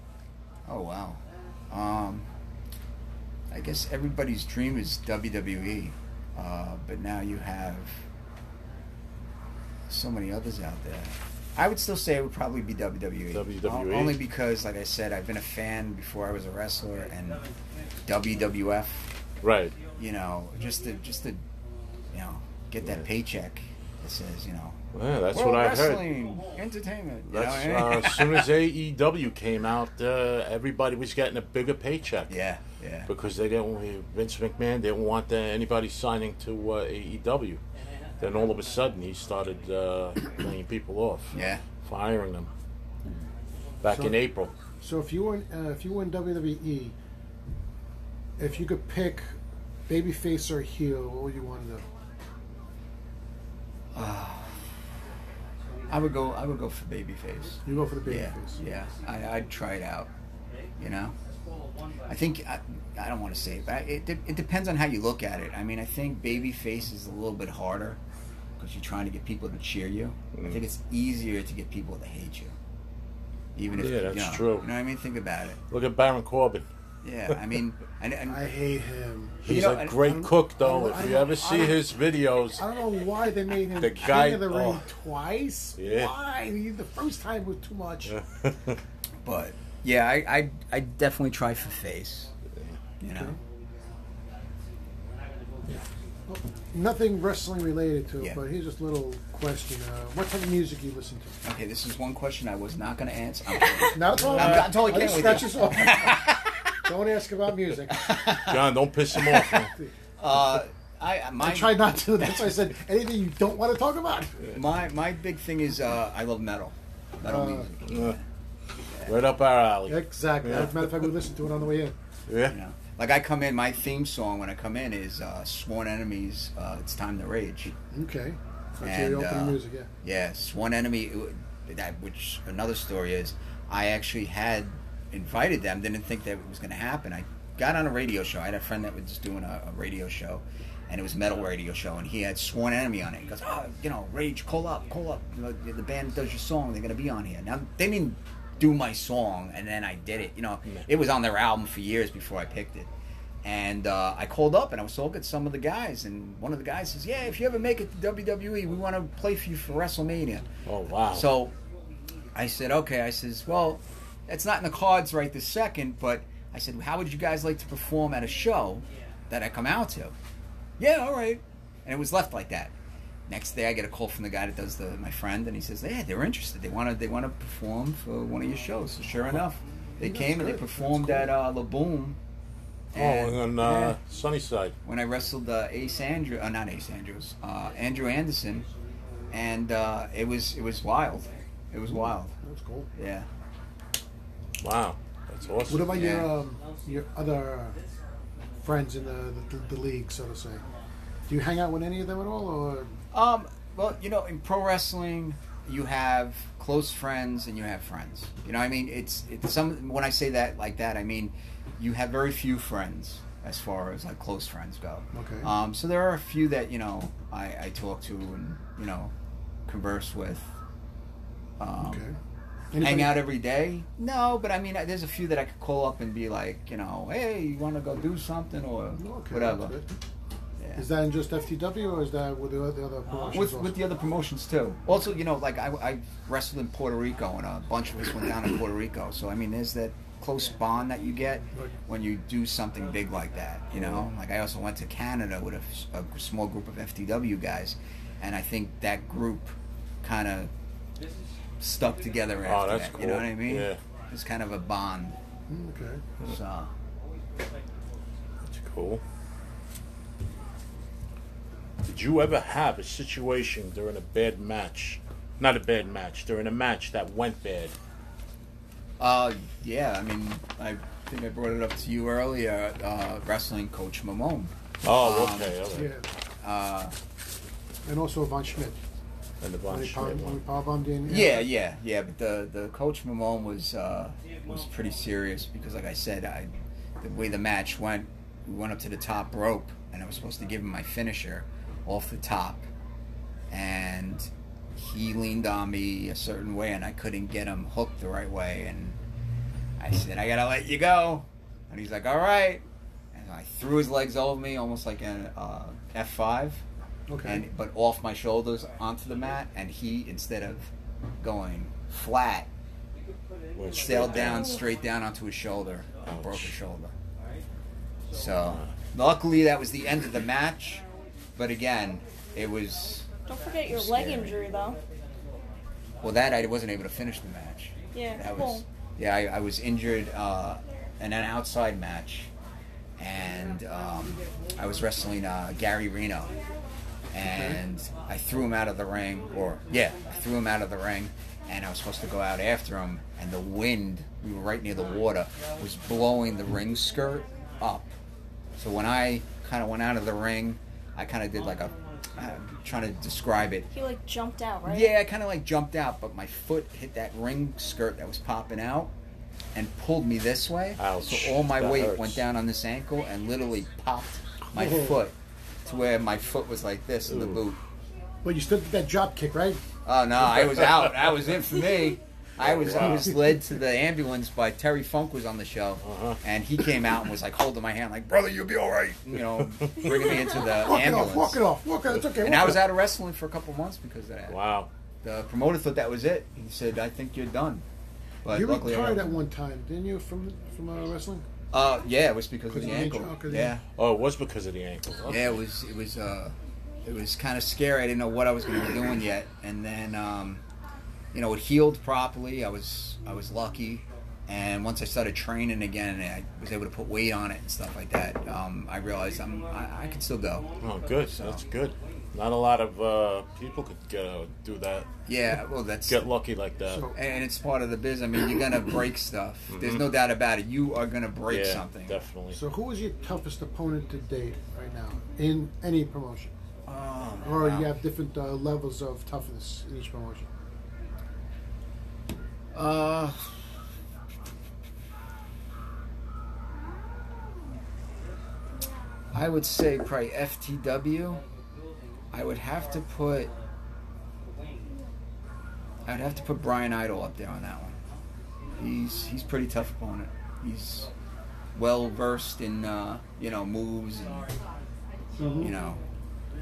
E: Oh wow. Um, I guess everybody's dream is WWE, uh, but now you have so many others out there. I would still say it would probably be WWE.
B: WWE?
E: O- only because, like I said, I've been a fan before I was a wrestler, and WWF.
B: Right.
E: You know, just to just to, you know, get that paycheck that says, you know,
B: Yeah, that's
E: World
B: what I heard.
E: wrestling, entertainment. you know eh?
B: That's,
E: what I
B: uh,
E: mean?
B: as soon as AEW came out, uh, everybody was getting a bigger paycheck.
E: yeah, yeah.
B: Because they didn't, Vince McMahon didn't want uh, anybody signing to uh, AEW. Then all of a sudden, he started uh, laying people off,
E: Yeah.
B: firing them. Back in
C: So-
B: April.
C: So if you were in, uh, if you were in WWE, if you could pick babyface or heel, what would you want to do?
E: I would go. I would go for babyface.
C: You go for the
E: Yeah,
C: babyface.
E: yeah. I, I'd try it out. You know, I think I, I don't want to say it, but it, de- it depends on how you look at it. I mean, I think babyface is a little bit harder because you're trying to get people to cheer you. I
B: Mm.
E: think it's easier to get people to hate you, even if
B: Yeah, that's
E: you know,
B: true.
E: You know what I mean? Think about it.
B: Look at Baron Corbin.
E: Yeah, I mean, and, and
C: I hate him.
B: He's
E: know,
B: a
E: and-
B: great
E: and-
B: cook, though.
C: I
B: If you
C: don't-
B: ever
C: I
B: see
C: don't-
B: his videos,
C: I don't know why they made him
B: The
C: king
B: guy-
C: of the ring
B: oh.
C: twice.
B: Yeah.
C: Why? He- The first time was too much.
E: but yeah, I I I definitely try for face. You know,
C: Nothing wrestling related to it,
E: Yeah.
C: but here's just a little question: uh, What type of music you listen to?
E: okay. This is one question I was not going to answer. I'm-
C: Not at all.
E: I'm- I'm totally
C: I just
E: kidding with
C: scratch this off. Don't ask about music.
B: John, don't piss him off. man.
E: uh, I my
C: I try not to. That's why I said anything you don't want to talk about.
E: My my big thing is uh, I love metal. Metal
C: Uh,
E: music.
B: Right up our alley.
C: Exactly. As a matter of fact, we listened to it on the way in.
E: You
B: Yeah.
E: know, like I come in, my theme song when I come in is uh, "Sworn Enemies." Uh, it's time to rage.
C: Okay. That's
E: And,
C: your open
E: uh,
C: music, yeah.
E: Yeah, "Sworn Enemy." it would- That which another story is, I actually had invited them. Didn't think that it was going to happen. I got on a radio show. I had a friend that was doing a, a radio show. And it was a metal radio show, and he had Sworn Enemy on it. He goes, oh, you know, Rage, call up, call up. You know, the- the band does your song. They're gonna be on here. Now they didn't do my song, and then I did it. You know, it was on their album for years before I picked it. And uh, I called up and I was talking to some of the guys, and one of the guys says, "Yeah, if you ever make it to WWE, we want to play for you for WrestleMania."
B: Oh, wow.
E: So I said, okay. I says, well, that's not in the cards right this second, but I said, how would you guys like to perform at a show that I come out to? Yeah, all right. And it was left like that. Next day, I get a call from the guy that does the my friend, and he says, yeah, they're interested. They want to they want to perform for one of your shows. So sure enough, they came and they
C: good. That's
E: performed
C: cool.
E: at uh, La Boom.
B: Oh, and uh, Sunnyside.
E: when I wrestled uh, Ace Andrew, uh, not Ace Andrews, uh, Andrew Anderson, and uh, it was it was wild. It was wild.
C: That's cool.
E: Yeah.
B: Wow. That's
C: What
B: awesome.
C: about your
E: Yeah.
C: um, your other friends in the, the, the league, so to say? Do you hang out with any of them at all, or
E: Um. Well, you know, in pro wrestling, you have close friends and you have friends. You know, what I mean, it's it's some. When I say that like that, I mean, you have very few friends as far as like close friends go.
C: Okay.
E: Um. So there are a few that you know I I talk to and you know converse with. Um,
C: okay?
E: hang
C: Anybody-
E: out every day? No, but I mean, I- there's a few that I could call up and be like, you know, hey, you want to go do something or
C: Okay,
E: whatever.
C: that's good.
E: Yeah. Uh,
C: Is that in just FTW, or is that with the other, the other promotions?
E: with,
C: also?
E: with the other promotions too. Also, you know, like I, I wrestled in Puerto Rico, and a bunch of us went down to Puerto Rico. So I mean, there's that close bond that you get
C: Right.
E: when you do something big like that. You know,
B: Mm-hmm.
E: like I also went to Canada with a, s- a small group of FTW guys, and I think that group kind of stuck together after
B: Oh, that's
E: that. You know
B: cool.
E: what I mean?
B: Yeah.
E: It's kind of a bond.
C: Mm, okay.
E: So
B: That's cool. Did you ever have a situation during a bad match? Not a bad match, during a match that went bad.
E: Uh, yeah, I mean, I think I brought it up to you earlier. Uh, wrestling coach Mamone.
B: Oh,
E: Um,
B: okay, all right.
C: Yeah,
E: Uh,
C: and also Von Schmidt.
B: And the
C: When
B: Von
C: he power,
B: Schmidt
C: when he
B: one.
C: power bombed in.
E: yeah, yeah, yeah. But the the coach Mamone was uh, was pretty serious because, like I said, I the way the match went, we went up to the top rope, and I was supposed to give him my finisher off the top, and he leaned on me a certain way, and I couldn't get him hooked the right way, and I said, I gotta let you go. And he's like, all right. And I threw his legs over me almost like an uh, F5,
C: Okay.
E: and but off my shoulders onto the mat. And he, instead of going flat,
B: Went straight
E: sailed down straight down onto his shoulder and broke his
B: Ouch.
E: shoulder. So, luckily, that was the end of the match. But again, it was
D: Don't forget your
E: Scary.
D: leg injury though.
E: well that I wasn't able to finish the match.
D: Yeah,
E: That
D: cool.
E: was yeah. I, I was injured uh, in an outside match, and um, I was wrestling uh, Gary Reno, and I threw him out of the ring. Or yeah, I threw him out of the ring, and I was supposed to go out after him. And the wind, we were right near the water, was blowing the ring skirt up. So when I kind of went out of the ring, I kind of did like a. I'm trying to describe it.
D: He like jumped out, right?
E: Yeah, I kind of like jumped out, but my foot hit that ring skirt that was popping out and pulled me this way.
B: Ouch,
E: So all my
B: that
E: weight
B: hurts.
E: went down on this ankle and literally popped my
C: Whoa.
E: foot to where my foot was like this in the
B: Ooh.
E: boot.
C: But you still did that drop kick, right?
E: Oh no, I was out. That was it for me. I was I was led to the ambulance by Terry Funk was on the show,
B: Uh-huh.
E: and he came out and was like holding my hand, like brother, you'll be all right. You know, bringing me into the ambulance.
C: Walk it off. Walk it off. It's okay.
E: And
C: walk
E: I
C: it
E: was
C: off.
E: out of wrestling for a couple months because of that.
B: Wow.
E: The promoter thought that was it. He said, "I think you're done." But
C: You
E: luckily, I
C: retired
E: got-
C: at one time, didn't you, from from uh, wrestling?
E: Uh, yeah, it was because of
C: Because
E: the
C: of the
E: ankle.
C: injury, okay,
E: yeah,
B: Oh, it was because of the ankle. Okay.
E: yeah, it was. It was. Uh, it was kind of scary. I didn't know what I was going to be doing yet. And then, um, you know, it healed properly. I was. I was lucky. And once I started training again, and I was able to put weight on it and stuff like that. Um, I realized I'm. I, I can still go.
B: Oh, good. That's good. Not a lot of uh, people could get, uh, do that,
E: Yeah. Well, that's.
B: get lucky like
E: Uh,
B: that.
C: So-
E: and it's part of the biz. I mean, you're gonna break stuff. There's no doubt about it. You are gonna break
B: Mm-hmm. yeah,
E: something.
B: definitely.
C: So, who was your toughest opponent to date right now in any promotion?
E: Oh,
C: Or
E: wow.
C: you have different uh, levels of toughness in each promotion.
E: Uh, I would say probably FTW. I would have to put. I'd have to put Brian Idol up there on that one. He's he's pretty tough opponent. He's well versed in uh, you know moves and
C: Mm-hmm.
E: you know,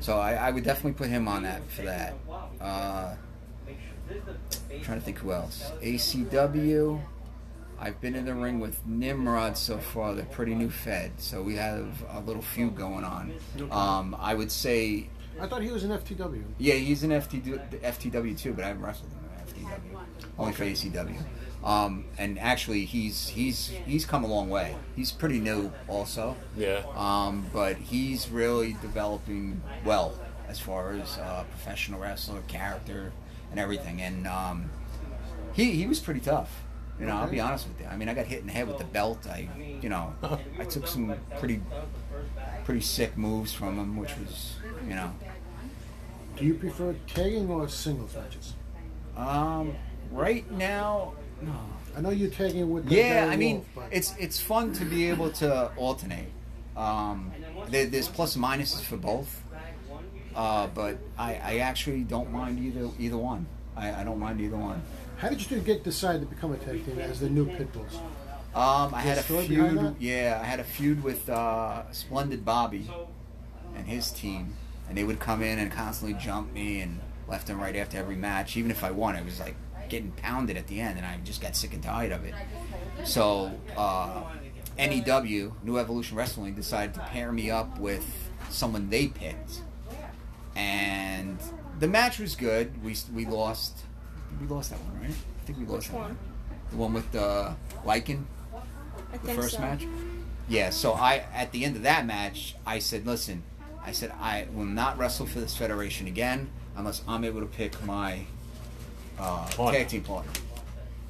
E: so I, I would definitely put him on that for that. Uh, trying to think who else. ACW. I've been in the ring with Nimrod so far. They're pretty new fed, so we have a little feud going on. Um, I would say,
C: I thought he was an FTW.
E: yeah, he's an FTW, FTW too, but I haven't wrestled him in FTW. Only for ACW. Um, and actually, he's he's he's come a long way. He's pretty new also
B: Yeah.
E: um, but he's really developing well as far as uh, professional wrestler character and everything. And um, he he was pretty tough. You know, I'll be honest with you. I mean, I got hit in the head with the belt. I, you know, I took some pretty, pretty sick moves from him, which was, you know,
C: Do you prefer tagging or singles matches?
E: um, right now, no,
C: I know you're tagging with the
E: Yeah,
C: Gary
E: I mean,
C: Wolf, but
E: it's it's fun to be able to alternate. Um, there, there's plus and minuses for both, uh, but I, I actually don't mind either either one. I, I don't mind either one.
C: how did you two get decided to become a tag team as the new Pitbulls?
E: Um, I had a
C: There's a story behind
E: feud.
C: that?
E: Yeah, I had a feud with uh, Splendid Bobby and his team, and they would come in and constantly jump me and left and right after every match. Even if I won, I was like getting pounded at the end, and I just got sick and tired of it. So uh, NEW, New Evolution Wrestling, decided to pair me up with someone they picked, and the match was good. We we lost. We lost that one, right? I think we lost that
D: one?
E: one. The one with uh, Lycan,
D: I
E: the
D: think
E: first
D: so.
E: match. Yeah. So I at the end of that match, I said, "Listen, I said I will not wrestle for this federation again unless I'm able to pick my uh,
B: Partner.
E: tag team partner.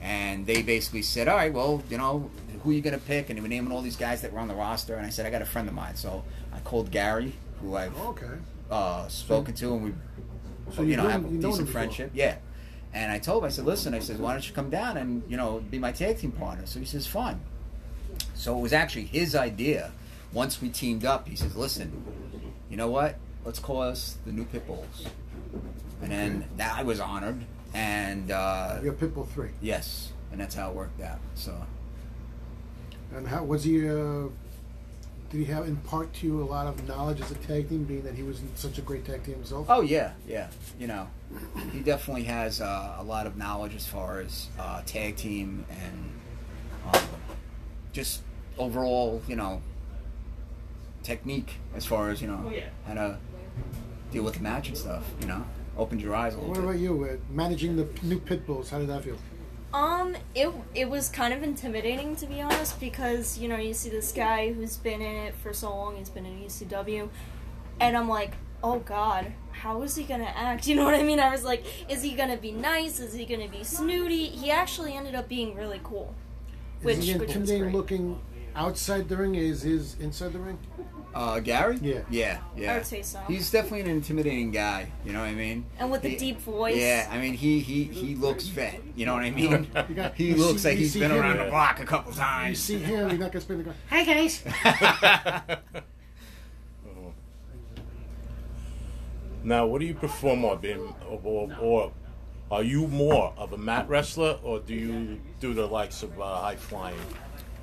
E: And they basically said, "All right, well, you know, who are you going to pick?" And they were naming all these guys that were on the roster. And I said, "I got a friend of mine." So I called Gary, who I've
C: Okay.
E: uh, spoken to, and we,
C: So
E: you
C: you've
E: know,
C: known-
E: have a
C: you've known him
E: decent
C: before.
E: friendship. Yeah. And I told him, I said, listen, I said, why don't you come down and you know be my tag team partner? So he says, fine. So it was actually his idea. Once we teamed up, he says, listen, you know what? Let's call us the new Pitbulls. And then that I was honored, and uh,
C: You're Pitbull three.
E: yes, and that's how it worked out. So
C: And how was he? Uh, did he have impart to you a lot of knowledge as a tag team, being that he was such a great tag team himself?
E: Oh yeah, yeah. You know, he definitely has uh, a lot of knowledge as far as uh, tag team and um, just overall, you know, technique as far as you know
D: Oh,
E: how to deal with the match and stuff. You know, opened your eyes a
C: What
E: little
C: about
E: bit.
C: you? Uh, managing the new Pitbulls, how did that feel?
D: Um, it it was kind of intimidating to be honest because you know you see this guy who's been in it for so long, he's been in ECW, and I'm like, oh god, how is he gonna act? You know what I mean? I was like, is he gonna be nice? Is he gonna be snooty? He actually ended up being really cool, which
C: is he
D: which was
C: intimidating
D: great.
C: looking outside the ring? Is his inside the ring?
E: Uh, Gary?
C: Yeah.
E: yeah, yeah.
D: I would say so.
E: He's definitely an intimidating guy. You know what I mean?
D: And with the
E: He-
D: deep voice.
E: Yeah, I mean he he he looks vet. You know what I mean?
C: You got-
E: he
C: you
E: looks
C: see-
E: like
C: you
E: he's
C: see
E: been
C: him-
E: around the block a couple
C: You
E: times.
C: see him, you're not gonna spin the guy.
E: Hi guys.
B: Now, what do you perform on being, or, or are you more of a mat wrestler, or do you do the likes of uh, high flying?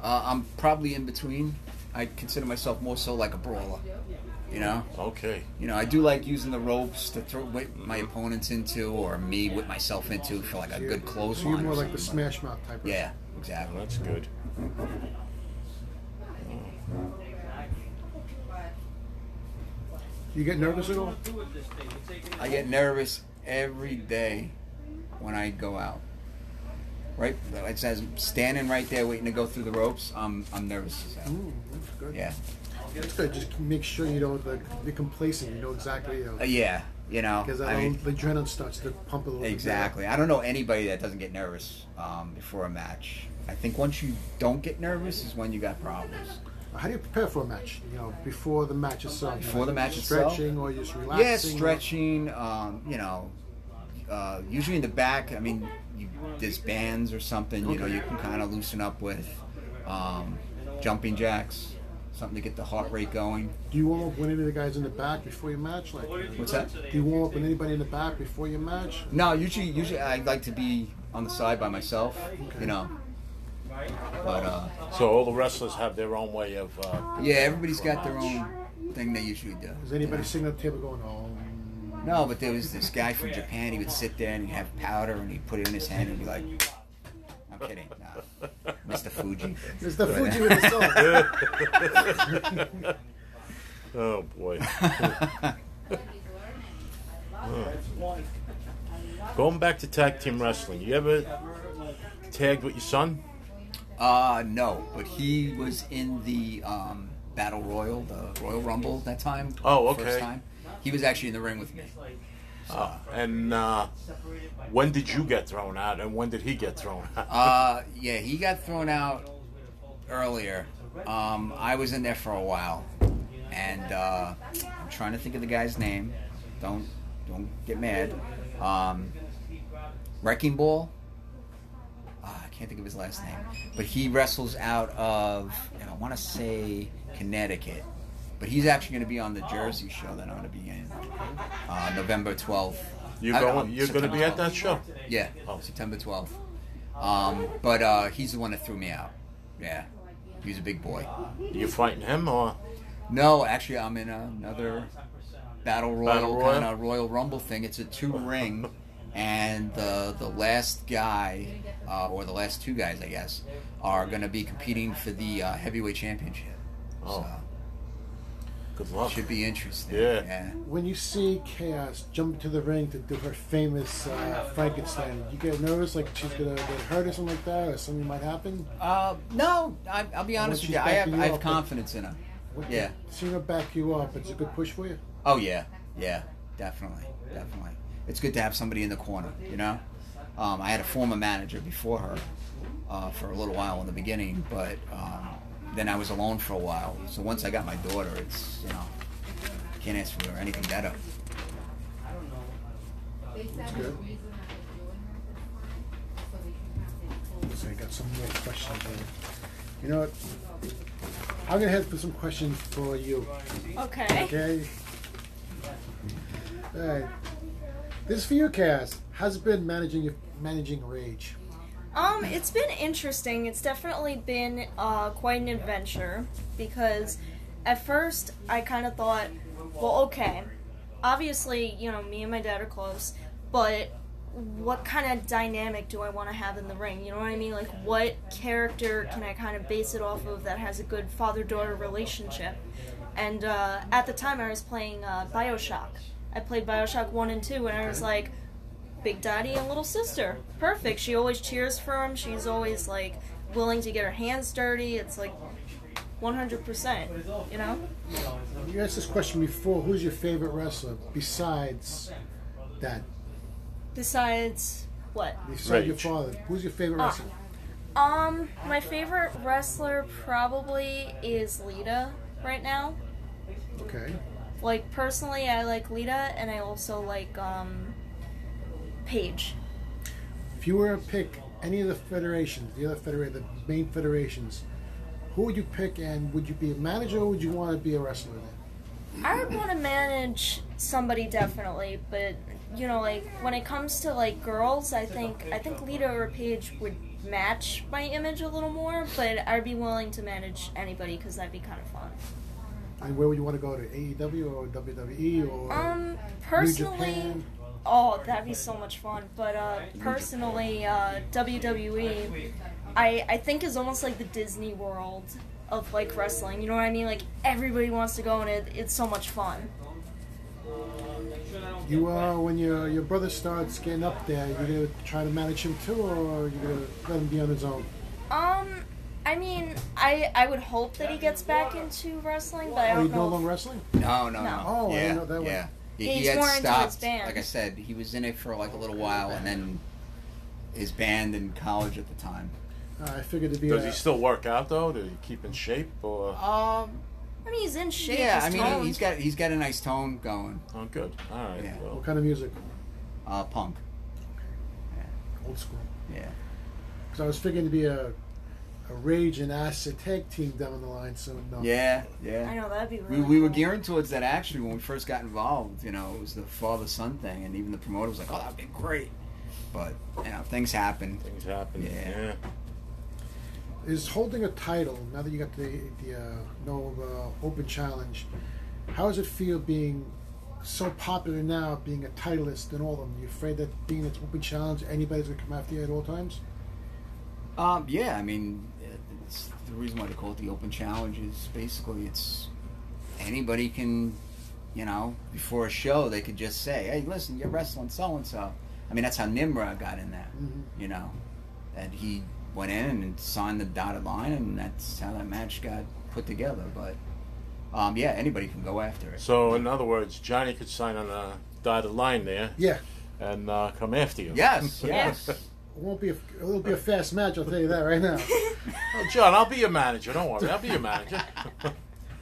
E: Uh, I'm probably in between. I consider myself more so like a brawler. You know,
B: Okay,
E: you know, I do like using the ropes to throw whip my opponents into, or me whip myself into for like a good
C: So you're
E: clothesline.
C: more
E: or
C: like the
E: something.
C: Smash Mouth type. Right?
E: Yeah,
B: well,
E: exactly.
B: that's good.
C: You get nervous at all?
E: I get nervous every day when I go out. Right, it says standing right there waiting to go through the ropes. I'm I'm nervous. as hell.
C: Mm, that's good.
E: Yeah.
C: That's good. Just make sure you don't like, be complacent. You know exactly. You know,
E: Uh, yeah, you know.
C: Because
E: I mean,
C: the adrenaline starts to pump a little bit.
E: exactly. I don't know anybody that doesn't get nervous um, before a match. I think once you don't get nervous is when you got problems.
C: How do you prepare for a match? You know, before the match itself.
E: Before the match itself?
C: stretching or just relaxing.
E: Yeah, stretching. Um, you know, uh, usually in the back. I mean, you, there's bands or something. You know, you can kind of loosen up with um, jumping jacks, something to get the heart rate going.
C: Do you warm up with any of the guys in the back before your match? Like,
E: What's that?
C: do you warm up with anybody in the back before your match?
E: No, usually, usually I like to be on the side by myself. You know, but uh,
B: So all the wrestlers have their own way of. Uh,
E: yeah, everybody's got their own thing they usually do.
C: Is anybody sitting at the table going, "Oh"?
E: No, but there was this guy from Japan. He would sit there and he'd have powder and he'd put it in his hand and be like, "I'm kidding,
B: uh,
E: nah, Mr. Fuji."
C: It's the Fuji with the song.
B: oh boy. Going back to tag team wrestling, you ever tagged with your son?
E: Uh, no, but he was in the um, Battle Royal, the Royal Rumble that time.
B: Oh,
E: the
B: okay.
E: First time. He was actually in the ring with me.
B: And uh, when did you get thrown out, and when did he get thrown out?
E: Uh, yeah, he got thrown out earlier. Um, I was in there for a while, and uh, I'm trying to think of the guy's name. Don't don't get mad. Um, Wrecking Ball. Ah, I can't think of his last name, but he wrestles out of and I want to say Connecticut. But he's actually going to be on the Jersey show that I'm going to be in uh, November 12th.
B: You're
E: Uh,
B: going.
E: um,
B: You're going to
E: September
B: be at
E: 12th.
B: that show.
E: Yeah,
B: Oh.
E: September 12th. Um, but uh, he's the one that threw me out. Yeah, he's a big boy.
B: You fighting him or?
E: No, actually, I'm in another battle royal,
B: Battle royal?
E: kind of Royal Rumble thing. It's a two ring, and the the last guy uh, or the last two guys, I guess, are going to be competing for the uh, heavyweight championship.
B: Oh. Good
E: So
B: luck.
E: should be interesting.
B: Yeah.
C: When you see Chaos jump to the ring to do her famous uh, Frankenstein, you get nervous like she's gonna get hurt or something like that, or something might happen.
E: Uh, no, I, I'll be honest
C: she's
E: with you. I
C: backing
E: have
C: you
E: I
C: up,
E: have
C: but-
E: confidence in her.
C: What
E: Yeah.
C: Cena back you up. It's a good push for you.
E: Oh yeah, yeah, definitely, definitely. It's good to have somebody in the corner, you know. Um, I had a former manager before her uh, for a little while in the beginning, but um, then I was alone for a while. So once I got my daughter, it's you know, can't ask for anything better.
C: It's good. So I got some more questions. Here. You know what? I'm gonna head for some questions for you.
D: Okay.
C: Okay. All right. This is for you, Cass. How's it been managing your managing rage?
D: Um, it's been interesting. It's definitely been uh, quite an adventure because at first I kind of thought, well, okay, obviously, you know, me and my dad are close, but what kind of dynamic do I want to have in the ring? You know what I mean? Like, what character can I kind of base it off of that has a good father daughter relationship? And uh, at the time, I was playing uh, Bioshock. I played Bioshock 1 and 2, and I was like, Big Daddy and Little Sister. Perfect. She always cheers for him. She's always like willing to get her hands dirty. It's like 100%, you know?
C: You asked this question before. Who's your favorite wrestler besides that?
D: Besides what?
C: Besides your
B: Rage.
C: father. Who's your favorite
D: Ah.
C: wrestler?
D: Um, my favorite wrestler probably is Lita right now.
C: Okay.
D: Like personally, I like Lita and I also like um Paige.
C: If you were to pick any of the federations, the other federate, the main federations, who would you pick, and would you be a manager, or would you want to be a wrestler? Then?
D: I would want to manage somebody definitely, but you know, like when it comes to like girls, I think I think Lita or Paige would match my image a little more, but I'd be willing to manage anybody because that'd be kind of fun.
C: And where would you want to go to AEW or WWE or
D: Um,
C: New
D: personally,
C: Japan?
D: oh, that'd be so much fun. But uh, personally, uh, WWE, I I think is almost like the Disney World of like wrestling. You know what I mean? Like everybody wants to go, and it, it's so much fun.
C: You uh, when your your brother starts getting up there, you're gonna try to manage him too, or you're gonna let him be on his own.
D: Um, I mean, I I would hope that he gets back into wrestling, but I
C: Oh,
D: don't
C: he's no
D: know. if-
C: longer wrestling.
E: No, no, no.
D: No.
C: Oh, I
E: yeah,
C: didn't know that was-
E: yeah. He, he
D: He's
E: had
D: more into his
E: stopped.
D: band.
E: Like I said, he was in it for like a little while, and then his band in college at the time.
C: Uh, I figured it'd be.
B: Does
C: a,
B: he still work out though? Does he keep in shape or?
E: Um,
D: I mean, he's in shape.
E: yeah,
D: he's
E: I mean,
D: toned.
E: he's got he's got a nice tone going.
B: Oh, good. All right.
E: Yeah.
B: Well,
C: What kind of music?
E: Uh, punk.
C: Old school.
E: Yeah.
C: Because I was figuring to be a a rage and acid tag team down the line soon. No.
E: Yeah, yeah.
D: I know that'd be
E: We,
D: really.
E: we were
D: cool.
E: gearing towards that actually when we first got involved. You know, it was the father son thing, and even the promoter was like, "Oh, that'd be great," but you know, things happen.
B: things happen.
E: Yeah.
B: Yeah.
C: Is holding a title now that you got the the uh, no uh, open challenge? How does it feel being so popular now, being a titleist and all of them? You afraid that being an open challenge, anybody's gonna come after you at all times?
E: Um, yeah, I mean, it's the reason why they call it the open challenge is basically it's anybody can, you know, before a show they could just say, "Hey, listen, you're wrestling so and so." I mean, that's how Nimrod got in there.
C: Mhm.
E: You know, that he went in and signed the dotted line, and that's how that match got put together. But um, yeah, anybody can go after it.
B: So in other words, Johnny could sign on a dotted line there
C: Yeah,
B: and uh, come after you.
E: Yes, yes.
C: it won't be a, it'll be a fast match. I'll tell you that right now.
B: Oh, John, I'll be your manager. Don't worry, I'll be your manager.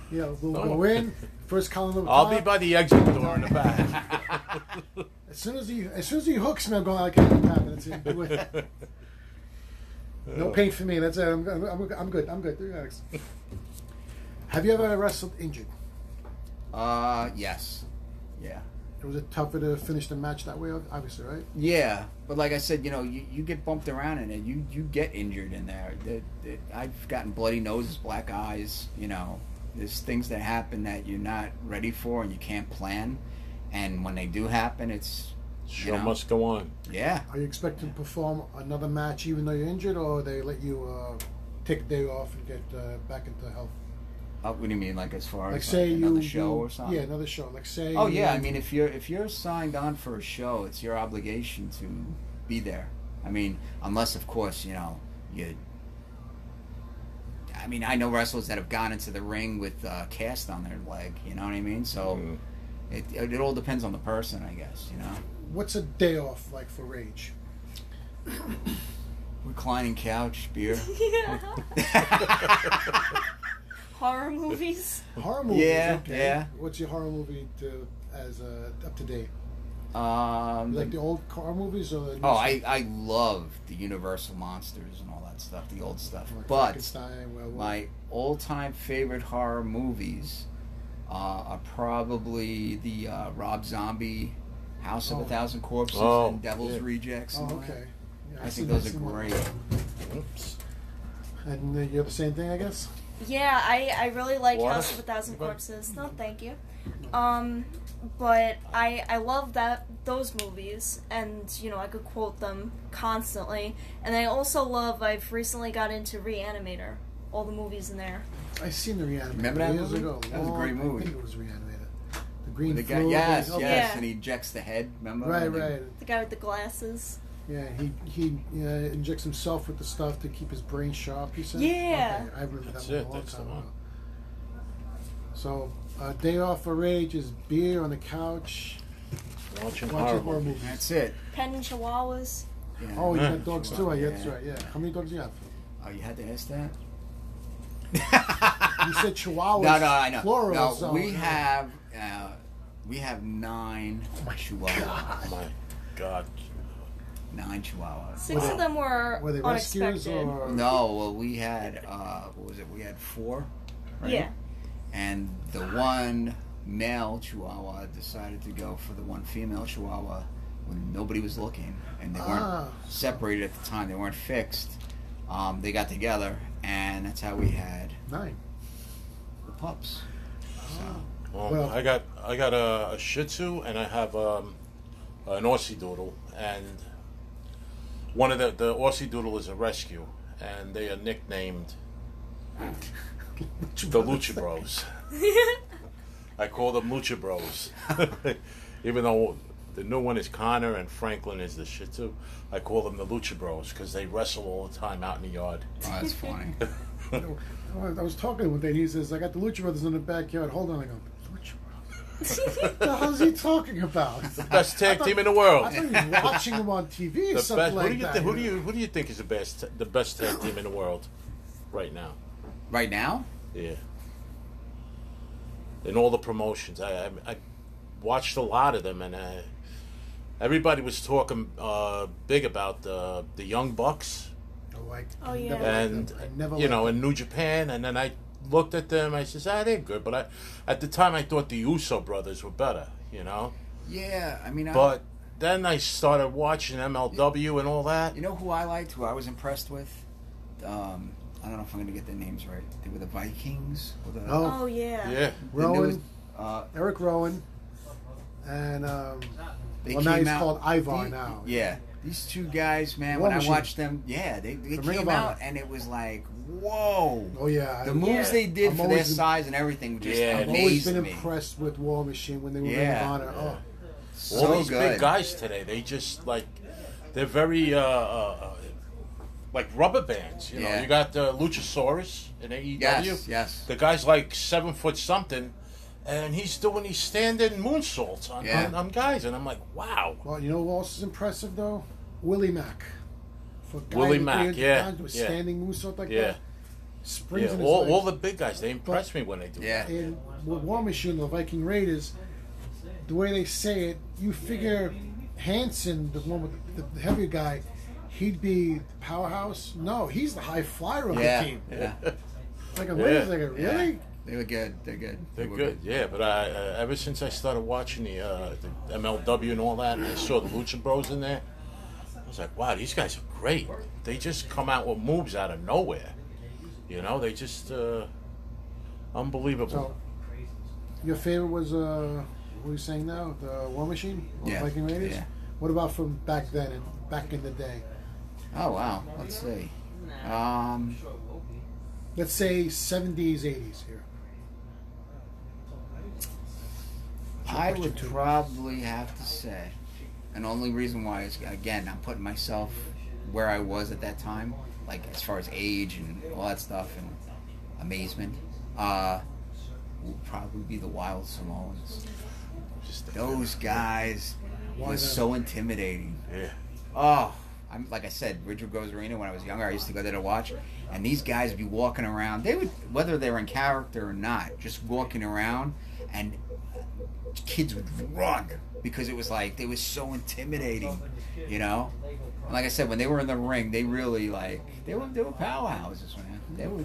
C: Yeah, we'll
B: Oh.
C: go in first column of
B: I'll be by the exit door in the back.
C: As soon as he, as soon as he hooks me, I'm going like, "I'm tapping." That's it. Do it. No pain for me. That's it. I'm, I'm, I'm, I'm good. I'm good. Relax. Have you ever wrestled injured?
E: Uh, yes, yeah.
C: It was it tougher to finish the match that way? Obviously, right?
E: Yeah, but like I said, you know, you, you get bumped around in it. You you get injured in there. That- that- I've gotten bloody noses, black eyes. You know, there's things that happen that you're not ready for and you can't plan. And when they do happen, it's
B: Show
E: know.
B: must go on.
E: yeah.
C: Are you expected to perform another match even though you're injured, or they let you uh, take a day off and get uh, back into health?
E: Uh, what do you mean, like as far
C: Like,
E: as
C: say
E: like,
C: you
E: another show
C: you-
E: or something?
C: Yeah, another show. Like say.
E: Oh yeah,
C: you-
E: I mean, if you're if you're signed on for a show, it's your obligation to be there. I mean, unless of course you know you. I I mean, I know wrestlers that have gone into the ring with uh, cast on their leg. You know what I mean? So
B: Mm.
E: it, it it all depends on the person, I guess. You know,
C: What's a day off like for Rage?
E: reclining couch, beer.
D: yeah. Horror movies.
C: Horror movies.
E: Yeah,
C: okay.
E: yeah.
C: What's your horror movie to, as uh, up to date?
E: Um,
C: You like the old horror movies or the new
E: oh,
C: stuff?
E: I I love the Universal monsters and all that stuff, the old stuff.
C: Like
E: But
C: Frankenstein, werewolf.
E: my all-time favorite horror movies uh, are probably the uh, Rob Zombie House of
C: Oh.
E: a Thousand Corpses
B: Oh,
E: and Devil's
B: yeah.
E: Rejects.
C: Oh,
E: and all that.
C: okay. Yeah,
E: I
C: I've
E: think
C: seen that
E: those are
C: somewhere.
E: great.
B: Oops.
C: And uh, you have the same thing, I guess.
D: Yeah, I, I really like
B: Water?
D: House of a Thousand
C: Anybody?
D: Corpses. No, thank you. Um, but I I love that those movies, and you know I could quote them constantly. And I also love. I've recently got into Reanimator. All the movies in there.
C: I seen the reanimated
E: Remember that
C: years
E: movie?
C: ago.
E: That was a
C: long-
E: great movie.
C: I think it was reanimated. The green
E: The guy,
C: flu,
E: yes,
C: okay.
E: yes,
D: Yeah.
E: and he ejects the head. Remember?
C: Right,
E: And they-
C: right.
D: The guy with the glasses.
C: Yeah, he he uh, injects himself with the stuff to keep his brain sharp. You said.
D: Yeah.
C: Okay, I remember
B: That's
C: that one a long
B: it, that's the
C: time
B: one.
C: ago. So, uh, day off for rage is beer on the couch,
B: Watching
C: watching
B: horror
C: horror
B: movies.
C: movies.
E: That's it.
D: Pen and Chihuahuas.
E: Yeah.
C: Oh, you
B: Yeah.
C: got dogs too. Yeah, that's
E: Yeah.
C: right. Yeah. How many dogs do you have?
E: Oh, you had to ask that.
C: You said Chihuahuas.
E: no, no, I know.
C: Plural.
E: no,
C: so-
E: we have uh, we have nine
C: Oh
E: chihuahuas.
B: My God.
E: Nine chihuahuas.
D: Six
C: Were
D: of
C: they-
D: them were,
C: Were they rescues
D: unexpected.
C: or?
E: No, well, we had uh, what was it? We had four. Right?
D: Yeah.
E: And the one male chihuahua decided to go for the one female chihuahua when nobody was looking, and they
C: Ah.
E: weren't separated at the time. They weren't fixed. Um, they got together, and that's how we had
C: Nine.
E: the pups.
B: Well,
C: Well-
B: Oh, I got I got a, a Shih Tzu and I have um, an Aussie Doodle, and one of the the Aussie Doodle is a rescue, and they are nicknamed the Lucha Bros. I call them Lucha Bros, even though the new one is Connor and Franklin is the Shih Tzu. I call them the Lucha Bros because they wrestle all the time out in the yard.
E: Oh, that's funny.
C: I was- I was talking with him. He says, "I got the Lucha Brothers in the backyard." Hold on, I go. Lucha Brothers. what the hell's he talking about?
B: Best tag team in the world.
C: I thought he was watching him on TV or
B: The
C: something
B: best,
C: like
B: who, do you
C: that.
B: thi- who do you who do you think is the best the best tag team in the world right now?
E: right now,
B: Yeah. In all the promotions, I I, I watched a lot of them, and I, everybody was talking uh, big about the the Young Bucks
C: Oh, I,
D: Oh,
C: I
D: yeah.
C: never liked
B: and
C: them. I never
B: you know
C: liked
B: in New Japan, and then I looked at them. I says, ah, they're good, but I at the time I thought the Uso brothers were better, you know.
E: yeah. I mean, I,
B: But then I started watching MLW and all that.
E: You know who I liked, who I was impressed with? Um, I don't know if I'm going to get their names right. They were the Vikings. Or the,
C: Oh.
D: Oh yeah.
B: Yeah,
E: the newest-
C: Rowan,
E: uh,
C: Eric Rowan, and um,
E: they
C: Well,
E: came
C: now he's
E: out,
C: called Ivar
E: the-
C: now.
E: Yeah. These two guys, man,
C: War
E: when
C: Machine.
E: I watched them, yeah, they, they
C: From Ring
E: came
C: of Honor.
E: out and it was like, whoa.
C: oh yeah,
E: The
C: I-
E: moves they did
C: I'm
E: for
C: always
E: their
C: im-
E: size and everything just
B: Yeah,
C: I've always
E: amazed
C: been
E: me.
C: impressed with War Machine when they were
E: Yeah.
C: in Honor. Oh,
E: So
B: all these
E: good.
B: big guys today they just like they're very uh, uh, uh, like rubber bands you know
E: Yeah.
B: you got the luchasaurus in aew
E: Yes, yes.
B: the guy's like seven foot something and he's doing these standing moonsaults on,
E: Yeah.
B: on, on guys and i'm like wow
C: well, you know who else is impressive though? Willie Mack. For a guy
B: Willie
C: with
B: Mack,
C: 300
B: yeah,
C: pounds with
B: yeah.
C: standing moves sort like
B: yeah
C: that. Springs
B: yeah
C: in his
B: all,
C: legs.
B: all the big guys they impress me when they do
E: Yeah.
C: in with War Machine, the Viking Raiders, the way they say it, you figure Hanson, the one with the, the heavier guy, he'd be the powerhouse. No, he's the high flyer of
E: yeah,
C: the team.
E: yeah,
C: Like, wait a
B: Yeah.
C: second,
E: yeah.
C: really?
E: They were good. They're good.
B: They're
E: They were
B: good, yeah. But I, uh, ever since I started watching the, uh, the MLW and all that, and I saw the Lucha Bros in there, I was like, wow, these guys are great. They just come out with moves out of nowhere. You know, they just uh,
C: So,
B: unbelievable.
C: your favorite was uh, who are you saying now? The War Machine, or
E: Yeah,
C: Viking Raiders.
E: yeah.
C: What about from back then and back in the day?
E: Oh, wow. Let's see. Um,
C: Let's say seventies, eighties here.
E: I would probably have to say, and only reason why is again I'm putting myself where I was at that time, like as far as age and all that stuff, and amazement, uh, will probably be the Wild Samoans.
B: Just
E: Those guys
C: Why
E: was
C: them?
E: so intimidating.
B: Yeah.
E: Oh, I'm like I said, Richard Goes Arena. When I was younger, I used to go there to watch, and these guys would be walking around. They would, whether they were in character or not, just walking around, and kids would run because it was like they were so intimidating, you know. And like I said, when they were in the ring, they really like they were they were powerhouses, man. They were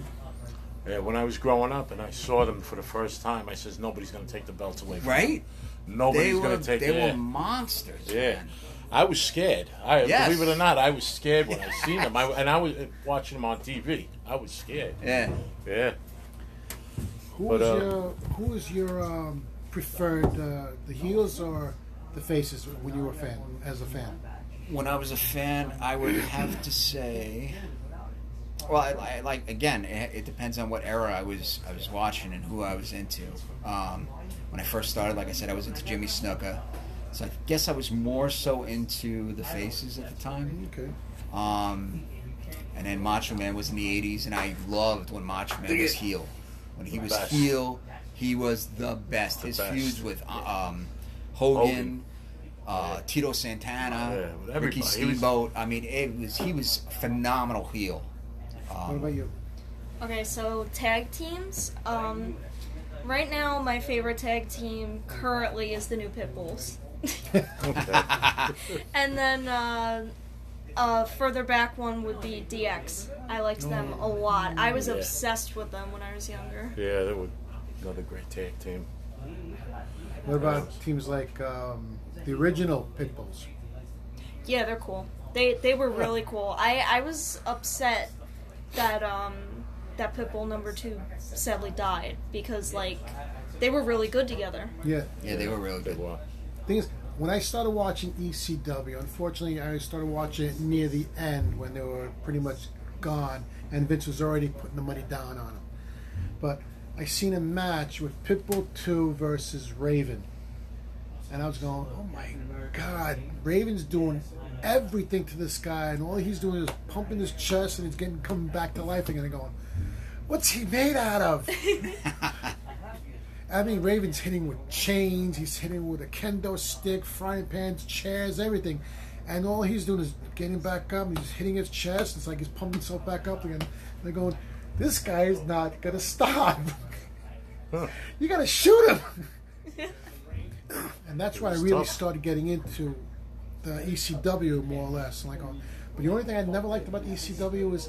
B: Yeah, when I was growing up and I saw them for the first time, I says nobody's gonna take the belts away. From them.
E: right.
B: Nobody's
E: they were
B: gonna take
E: they
B: it.
E: were monsters.
B: Yeah.
E: man.
B: I was scared. I
E: Yes.
B: believe it or not, I was scared when I seen them. I, and I was uh, watching them on TV. I was scared.
E: yeah.
B: Yeah.
C: Who
B: But,
C: was
B: uh,
C: your Who was your um, preferred uh, the heels or the faces when you were a fan as a fan?
E: when I was a fan, I would have to say. Well, I, I, like again, it, it depends on what era I was I was watching and who I was into. Um, when I first started, like I said, I was into Jimmy Snuka, so I guess I was more so into the faces at the time.
C: Okay.
E: Um, and then Macho Man was in the '80s, and I loved when Macho Man was heel. When he was
B: best.
E: heel, he was the best. His
B: best.
E: feuds with uh, um, Hogan,
B: Hogan.
E: Uh, Tito Santana,
B: Yeah, with
E: Ricky
B: everybody. He was-
E: Steamboat. I mean, it was he was a phenomenal heel. Um,
C: What about you?
D: Okay, so tag teams. Um, right now, my favorite tag team currently is the New Pitbulls. and then uh, uh, further back one would be DX. I liked them a lot. I was
B: Yeah.
D: obsessed with them when I was younger.
B: Yeah, that was another great tag team.
C: What about teams like um, the original Pitbulls?
D: Yeah, they're cool. They they were really cool. I I was upset that um that Pitbull number two sadly died because like they were really good together.
C: Yeah.
E: Yeah, they were really
B: They
E: good.
B: were.
C: Thing is, when I started watching ECW, unfortunately, I started watching it near the end when they were pretty much gone, and Vince was already putting the money down on them. But I seen a match with Pitbull Two versus Raven, and I was going, "Oh my God, Raven's doing everything to this guy, and all he's doing is pumping his chest, and he's getting coming back to life again." And going, "What's he made out of?" I mean, Raven's hitting with chains. He's hitting with a kendo stick, frying pans, chairs, everything. And all he's doing is getting back up. He's hitting his chest. It's like he's pumping himself back up again. They're going, this guy is not gonna stop. you gotta shoot him. and that's why I
B: was
C: really
B: tough.
C: started getting into the ECW more or less. And like, oh, but the only thing I never liked about E ECW was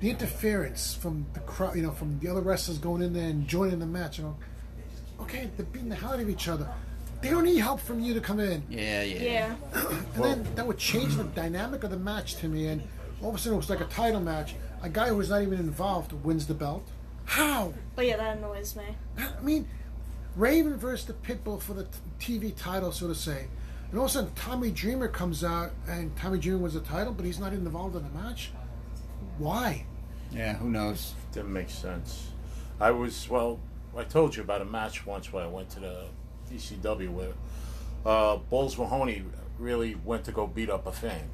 C: the interference from the crowd, you know, from the other wrestlers going in there and joining the match. You know, okay, they're beating the hell out of each other. They don't need help from you to come in.
E: Yeah, yeah.
D: Yeah.
C: And then that would change the dynamic of the match to me. And all of a sudden, it was like a title match. A guy who was not even involved wins the belt. How?
D: But yeah, that annoys me.
C: I mean, Raven versus the Pitbull for the t- TV title, so to say. And all of a sudden, Tommy Dreamer comes out, and Tommy Dreamer wins the title, but he's not involved in the match. Why?
E: Yeah, Who knows?
B: Didn't make sense. I was well. I told you about a match once where I went to the ECW where uh, Bulls Mahoney really went to go beat up a fan.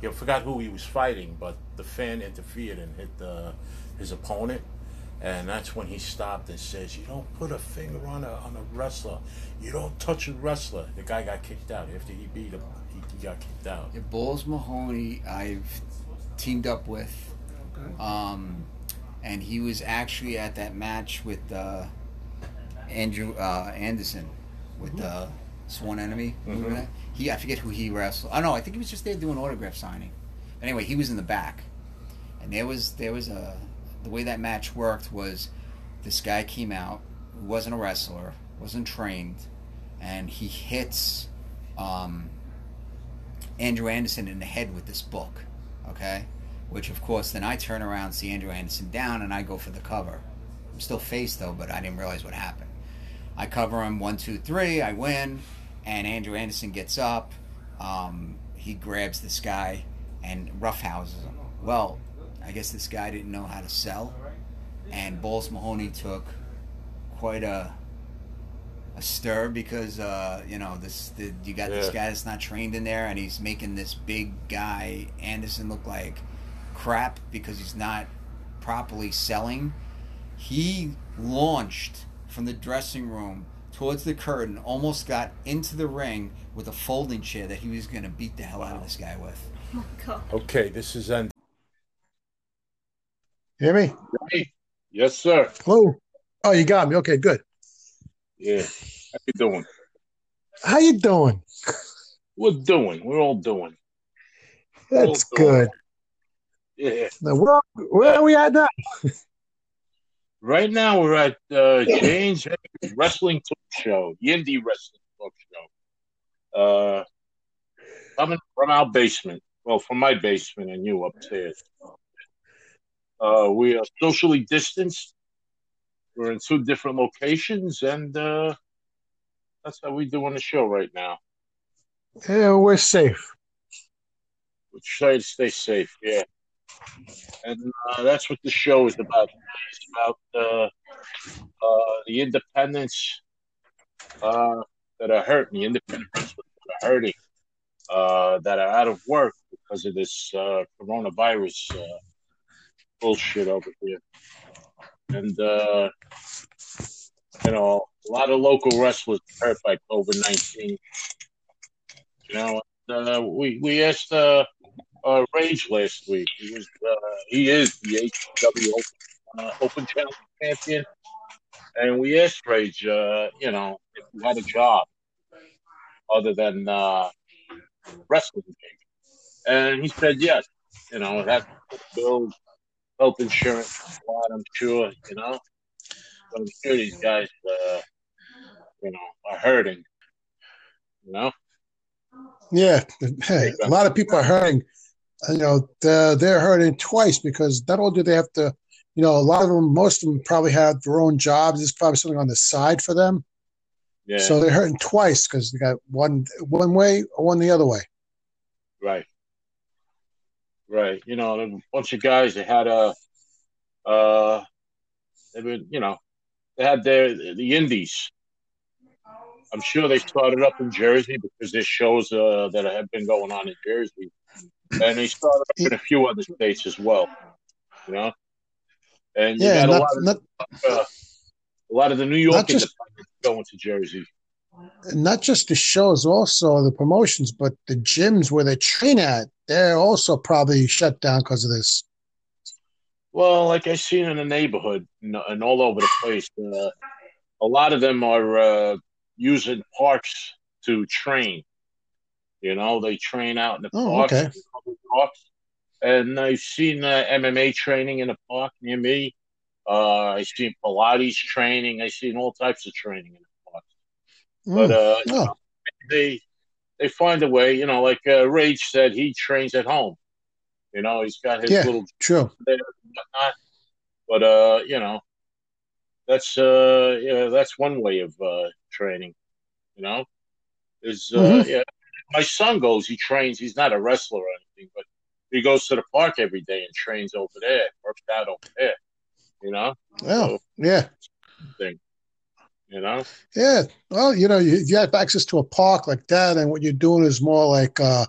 B: He I forgot who he was fighting, but the fan interfered and hit the, his opponent, and that's when he stopped and says, "You don't put a finger on a on a wrestler. You don't touch a wrestler." The guy got kicked out after he beat him. He, he got kicked out.
E: The Bulls Mahoney, I've teamed up with, um, and he was actually at that match with uh, Andrew uh, Anderson with uh, Sworn Enemy. Remember that? He, I forget who he wrestled. Oh no, I think he was just there doing autograph signing. Anyway, he was in the back, and there was there was a the way that match worked was this guy came out who wasn't a wrestler, wasn't trained, and he hits. Um, Andrew Anderson in the head with this book, okay? Which, of course, then I turn around, see Andrew Anderson down, and I go for the cover. I'm still faced though, but I didn't realize what happened. I cover him one, two, three. I win, and Andrew Anderson gets up. Um, he grabs this guy and roughhouses him. Well, I guess this guy didn't know how to sell, and Balls Mahoney took quite a a stir because uh, you know this the, you got this
B: Yeah.
E: guy that's not trained in there, and he's making this big guy Anderson look like crap because he's not properly selling. He launched from the dressing room towards the curtain, almost got into the ring with a folding chair that he was going to beat the hell out of this guy with.
D: Oh my god.
B: Okay, this is end.
F: Hear me?
G: Yes, sir.
F: Hello. Oh, you got me. Okay, good.
G: Yeah. How you doing?
F: How you doing?
G: We're doing. We're all doing.
F: That's
G: Oh,
F: good.
G: Yeah.
F: Now, where, where are we at now?
G: Right now we're at uh, James Hagan's Wrestling Talk Show, the Indie Wrestling Talk Show. Uh, coming from our basement. Well, from my basement and you upstairs. Uh, we are socially distanced. We're in two different locations, and uh, that's how we doing the show right now.
F: Yeah, we're safe.
G: We're trying to stay safe, yeah. And uh, that's what the show is about. It's about uh, uh, the independents uh, that are hurting, the independent wrestlers that are hurting, uh, that are out of work because of this uh, coronavirus uh, bullshit over here. And, uh, you know, a lot of local wrestlers are hurt by COVID 19. You know, uh, we, we asked. Uh, uh, Rage last week. He was uh, he is the HW Open, uh, Open Challenge champion, and we asked Rage, uh, you know, if you had a job other than uh, wrestling, and he said yes. You know, it has to build health insurance. A lot, I'm sure. You know, but I'm sure these guys, uh, you know, are hurting. You know,
F: Yeah. Hey, a lot of people are hurting. You know, they're, they're hurting twice because not only do they have to, you know, a lot of them, most of them probably have their own jobs. It's probably something on the side for them.
G: yeah,
F: So they're hurting twice because they got one one way or one the other way.
G: Right. Right. You know, a bunch of guys that had a, uh, they were, you know, they had their the indies. I'm sure they started up in Jersey because there's shows uh, that have been going on in Jersey, and they started up in a few other states as well. You know, and you
F: Yeah,
G: got a
F: not,
G: lot of
F: not
G: uh, a lot of the New York
F: Not just-
G: independents going to Jersey.
F: not just the shows, also the promotions, but the gyms where they train at, they're also probably shut down because of this.
G: Well, like I seen in the neighborhood and, and all over the place, uh, a lot of them are uh, using parks to train. You know, they train out in the
F: Oh,
G: parks,
F: okay.
G: in public parks. And I've seen uh, MMA training in a park near me. Uh, I seen Pilates training. I seen all types of training in the park. But
F: Mm.
G: uh,
F: Oh.
G: they they find a way. You know, like uh, Rage said, he trains at home. You know, he's got his
F: Yeah.
G: little
F: True.
G: whatnot. But uh, you know, that's uh, yeah, that's one way of uh, training. You know, is uh,
F: Mhm.
G: yeah. My son goes. He trains. He's not a wrestler or anything, but he goes to the park every day and trains over there. Works out over there. You know,
F: Oh, yeah.
G: you know.
F: Yeah. Well, you know, if you have access to a park like that and what you're doing is more like uh,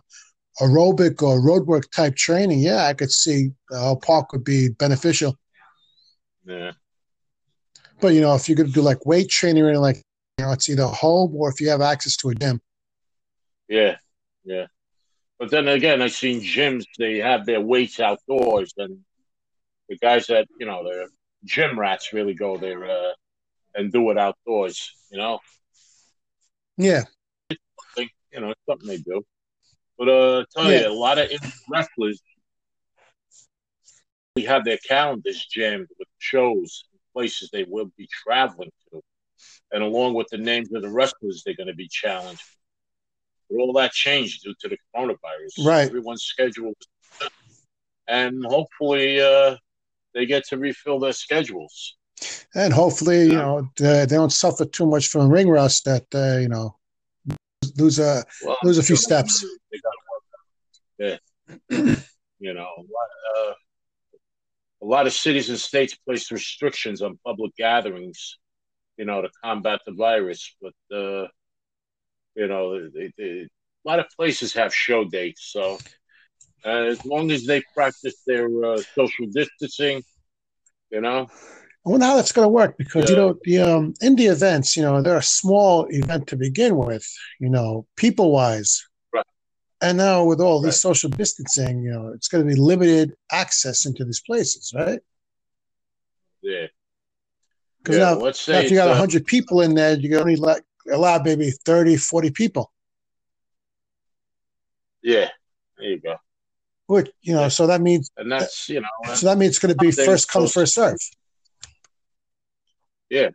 F: aerobic or roadwork type training, yeah, I could see uh, a park would be beneficial.
G: Yeah,
F: But, you know, if you're going to do like weight training or anything like, you know, it's either home or if you have access to a gym.
G: yeah, yeah. But then again, I've seen gyms. They have their weights outdoors, and the guys that you know, they're gym rats, really go there uh, and do it outdoors. You know.
F: Yeah.
G: think you know it's something they do. But uh, tell
F: Yeah.
G: you, a lot of indie wrestlers we have their calendars jammed with shows, places they will be traveling to, and along with the names of the wrestlers they're going to be challenged. But all that changed due to the coronavirus.
F: Right.
G: everyone's schedule, was- and hopefully uh, they get to refill their schedules.
F: and hopefully you know they, they don't suffer too much from ring rust that uh, you know lose a
G: Well,
F: Lose a few
G: they gotta-
F: steps.
G: They got to work. Yeah, you know, a lot, uh, a lot of cities and states placed restrictions on public gatherings, you know, to combat the virus. But uh, you know, they, they, a lot of places have show dates. So uh, as long as they practice their uh, social distancing, you know,
F: I wonder how that's going to work because you know the um, indie events, you know, they're a small event to begin with, you know, people wise.
G: Right.
F: And now with all
G: Right.
F: this social distancing, you know, it's going to be limited access into these places, right?
G: Yeah.
F: 'Cause
G: yeah,
F: now,
G: let's
F: now
G: say
F: if you got
G: it's, uh,
F: 100 people in there, you can only like allow maybe 30, 40 people,
G: yeah, there you go.
F: which you know,
G: Yeah.
F: so that means
G: And that's you know, uh,
F: so that means it's going to be
G: Something
F: first come,
G: close.
F: first serve.
G: Yeah.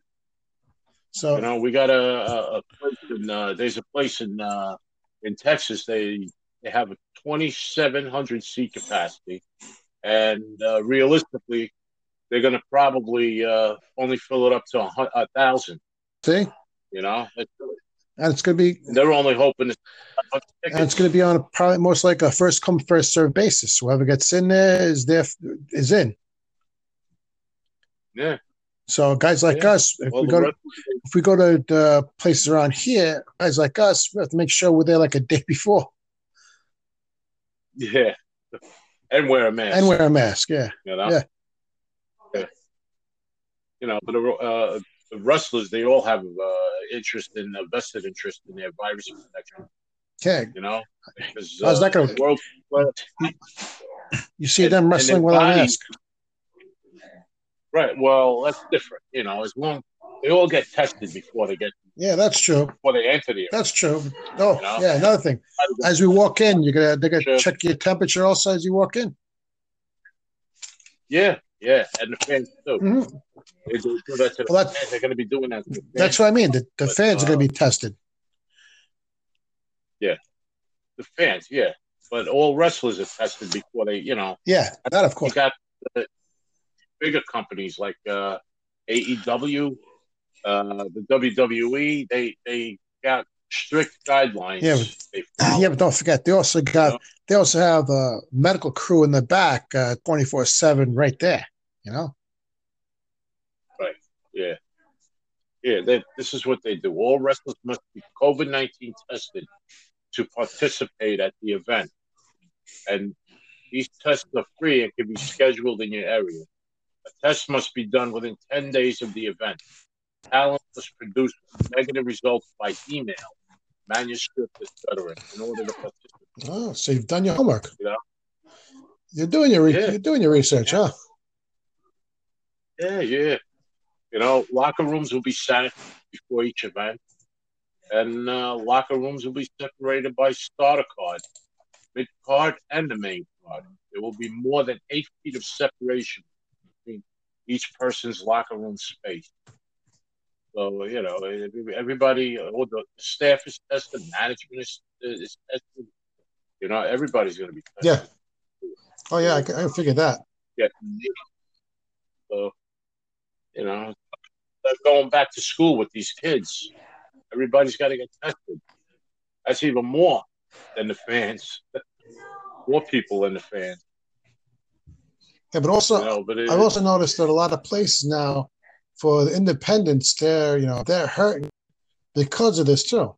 F: So
G: you know, we got a, a, a place in uh, there's a place in uh, in Texas. They they have a 2,700 seat capacity, and uh, realistically, they're going to probably uh, only fill it up to a, hun- a thousand.
F: see,
G: You know, It's-
F: and it's going to be
G: they're only hoping to.
F: and it's going to be on a probably most like a first come first serve basis. Whoever gets in there is there is in.
G: Yeah.
F: So guys like
G: Yeah.
F: us, if
G: Well,
F: we
G: the
F: go to,
G: rest-
F: if we go to the places around here, guys like us, we have to make sure we're there like a day before
G: yeah, and wear a mask.
F: and wear a mask. Yeah,
G: you know.
F: Yeah.
G: Yeah. You know, but uh, the wrestlers they all have uh, interest in a vested interest in their virus protection.
F: okay.
G: You know, because uh,
F: How's that gonna-
G: world,
F: You see
G: And-
F: them
G: and
F: wrestling
G: their
F: without a
G: bodies-
F: mask.
G: right? Well, that's different. You know, as long they all get tested before they get
F: Yeah, that's true.
G: before they enter the
F: That's true. Oh,
G: You know?
F: yeah. Another thing, as we walk in, you're gonna they're gonna
G: Sure.
F: check your temperature also as you walk in.
G: yeah, yeah, and the fans too.
F: Mhm.
G: They do do that to the
F: Well, that-
G: fans. They're going to be doing that. To the fans.
F: That's what I mean. The, the
G: But,
F: fans are
G: uh,
F: gonna be tested.
G: the fans, yeah. But all wrestlers are tested before they, you know,
F: Yeah, that of
G: you
F: course.
G: got the bigger companies like uh, AEW, uh, the WWE. They they got strict guidelines.
F: Yeah,
G: they follow.
F: Yeah, but don't forget they also got
G: Yeah.
F: they also have a medical crew in the back, twenty four seven, right there. You know,
G: yeah, yeah. They, this is what they do. All wrestlers must be COVID nineteen tested to participate at the event, and these tests are free and can be scheduled in your area. A test must be done within ten days of the event. Talent must produce negative results by email, manuscript, etc., in order to participate.
F: oh, so you've done your homework.
G: Yeah.
F: You're doing your re-
G: Yeah.
F: you're doing your research, huh?
G: Yeah, yeah. You know, locker rooms will be sanitized before each event, and uh, locker rooms will be separated by starter card, mid card, and the main card. There will be more than eight feet of separation between each person's locker room space. So you know, every- everybody, all the staff is tested, management is, is tested. You know, everybody's going to be tested.
F: Yeah. Oh yeah, I, I figured that.
G: Yeah. So, you know, they're going back to school with these kids. Everybody's got to get tested. That's even more than the fans. more people than the fans.
F: Yeah, but also
G: You know, but it,
F: I've also noticed that a lot of places now for the independents, they're you know they're hurting because of this too,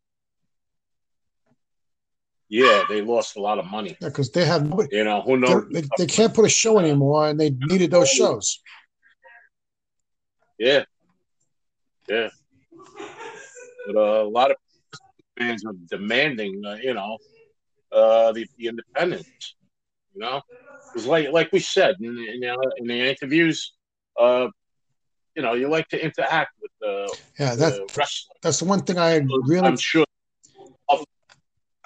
G: yeah, they lost a lot of money.
F: because they have nobody.
G: You know, who
F: they're-
G: knows?
F: They, they can't put a show anymore, and they needed those shows.
G: Yeah, yeah. But uh, a lot of fans are demanding, uh, you know, uh, the, the independence. You know, because like like we said in the- in the, in the interviews, uh, you know, you like to interact with the,
F: Yeah, that's
G: the wrestler.
F: that's the one thing I really
G: I'm sure.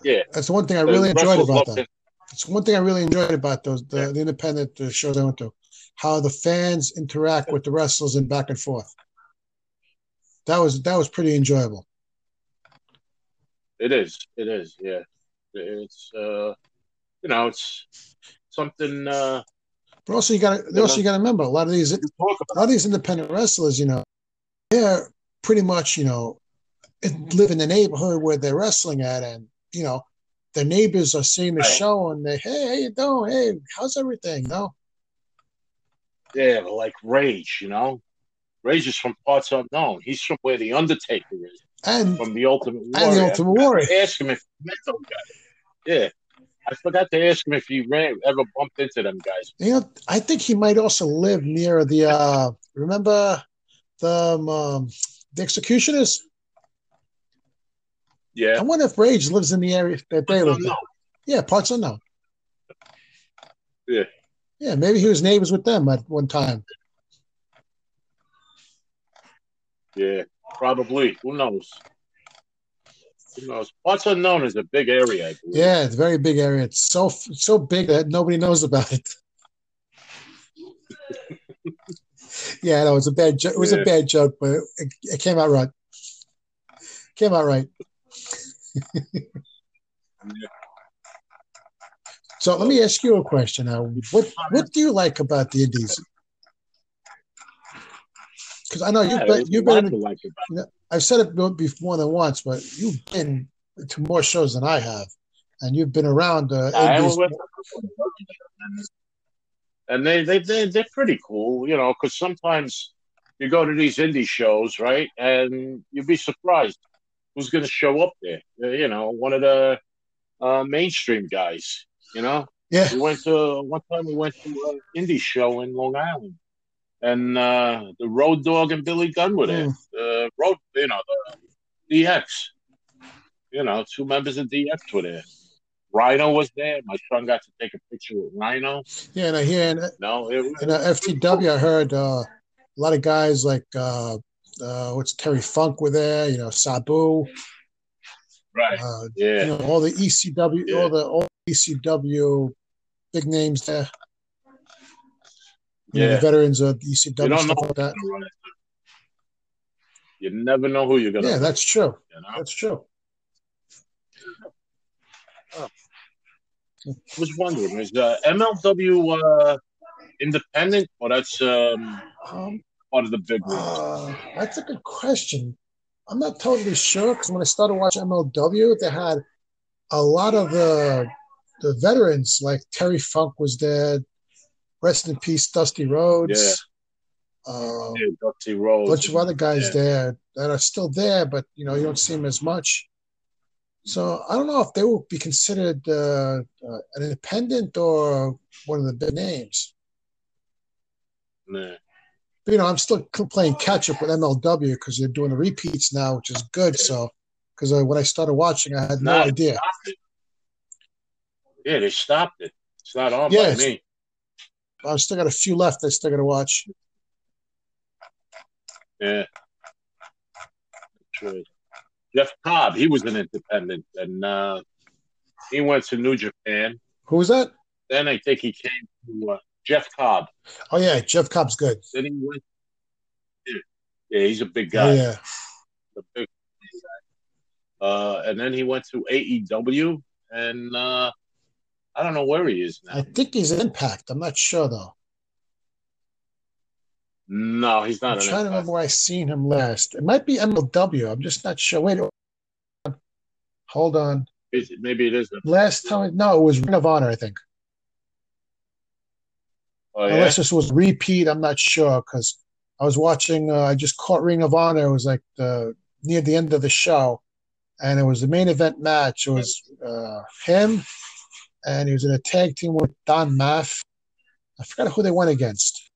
F: That's the one thing I
G: the
F: really enjoyed
G: wrestlers
F: about
G: love
F: them. It's one thing I really enjoyed about those the,
G: Yeah.
F: the independent uh, shows I went to, how the fans interact with the wrestlers and back and forth. That was that was pretty enjoyable.
G: to- It is. It is. Yeah. It's uh, you know, it's something uh,
F: But also you got to also you got to remember a lot of these a
G: you talk about.
F: lot of these independent wrestlers, you know, they're pretty much you know in- live in the neighborhood where they're wrestling at, and you know their neighbors are seeing the
G: Right.
F: show and they hey how you doing hey how's everything you know
G: Yeah, but like Rage, you know? Rage is from parts unknown. He's from where The Undertaker is,
F: and
G: from The Ultimate Warrior.
F: and the Ultimate Warrior.
G: Ask him if he met those guys. Yeah. I forgot to ask him if he ran, ever bumped into them guys.
F: You know, I think he might also live near the. Uh, remember the um, um, the executioners. I
G: Yeah.
F: wonder if Rage lives in the area that they live. in.
G: No,
F: Yeah, parts unknown.
G: Yeah.
F: Yeah, maybe he was neighbors with them at one time.
G: Yeah, probably. Who knows? Who knows? Parts unknown is a big area, I believe.
F: Yeah, it's a very big area. It's so so big that nobody knows about it. yeah, no, it's a bad joke. It was
G: Yeah.
F: a bad joke, but it, it came out right. Came out right. so let me ask you a question now. What what do you like about the Indies? Because I know
G: Yeah,
F: you've been,
G: there's a
F: you've
G: lot
F: been
G: to like about
F: I've said it more be- more than once, but you've been to more shows than I have, and you've been around. Uh,
G: I
F: indies-
G: went- and they they they they're pretty cool, you know, because sometimes you go to these indie shows, right, and you'd be surprised who's going to show up there. Uh, You know, one of the uh, mainstream guys. You know,
F: yeah,
G: we went to one time we went to an indie show in Long Island, and uh, the Road Dog and Billy Gunn were there. The Road, you know, the DX. You know, two members of DX were there. Rhino was there. My son got to take a picture with Rhino.
F: yeah. And I hear in,
G: No, it was
F: in uh, FTW, I heard uh, a lot of guys like uh, uh, what's Terry Funk were there. You know, Sabu.
G: right.
F: Uh, you
G: Yeah,
F: know, all the ECW,
G: Yeah.
F: all the all ECW big names there. You know,
G: yeah.
F: the veterans of ECW
G: You don't
F: stuff
G: know.
F: like that.
G: You never know who you're gonna.
F: Yeah, that's true.
G: you know?
F: That's true.
G: I was wondering, is uh, MLW uh, independent or that's um,
F: Um,
G: part of the big one?
F: Uh, that's a good question. I'm not totally sure because when I started watching MLW, they had a lot of the the veterans like Terry Funk was dead. Rest in peace, Dusty Rhodes. Uh,
G: Yeah, Dusty
F: a
G: Rhodes.
F: bunch of other guys
G: Yeah.
F: there that are still there, but you know you don't see them as much. So I don't know if they will be considered uh, uh, an independent or one of the big names.
G: Yeah.
F: But, you know, I'm still c- playing catch up with MLW because they're doing the repeats now, which is good. So, because uh, when I started watching, I had no
G: Nah.
F: idea.
G: Yeah, they stopped it. It's not on
F: Yeah,
G: by me.
F: I've still got a few left. I still got to watch.
G: Yeah. Sure. Jeff Cobb, he was an independent, and uh, he went to New Japan.
F: Who was that?
G: Then I think he came to uh, Jeff Cobb.
F: Oh yeah, Jeff Cobb's good.
G: Then he went. Yeah, yeah he's a big
F: Oh
G: guy.
F: yeah,
G: the big uh, and then he went to AEW, and uh, I don't know where he is now.
F: I think he's Impact. I'm not sure though.
G: No, he's
F: I'm trying
G: not. an
F: to
G: Impact.
F: remember where I seen him last. It might be MLW. I'm just not sure. Wait, hold on.
G: Is it- Maybe it is. an-
F: Last time, no, it was Ring of Honor. I think.
G: Oh yeah,
F: Unless this was repeat, I'm not sure because I was watching. Uh, I just caught Ring of Honor. It was like the, near the end of the show, and it was the main event match. It was uh, him, and he was in a tag team with Don Maff. I forgot who they went against,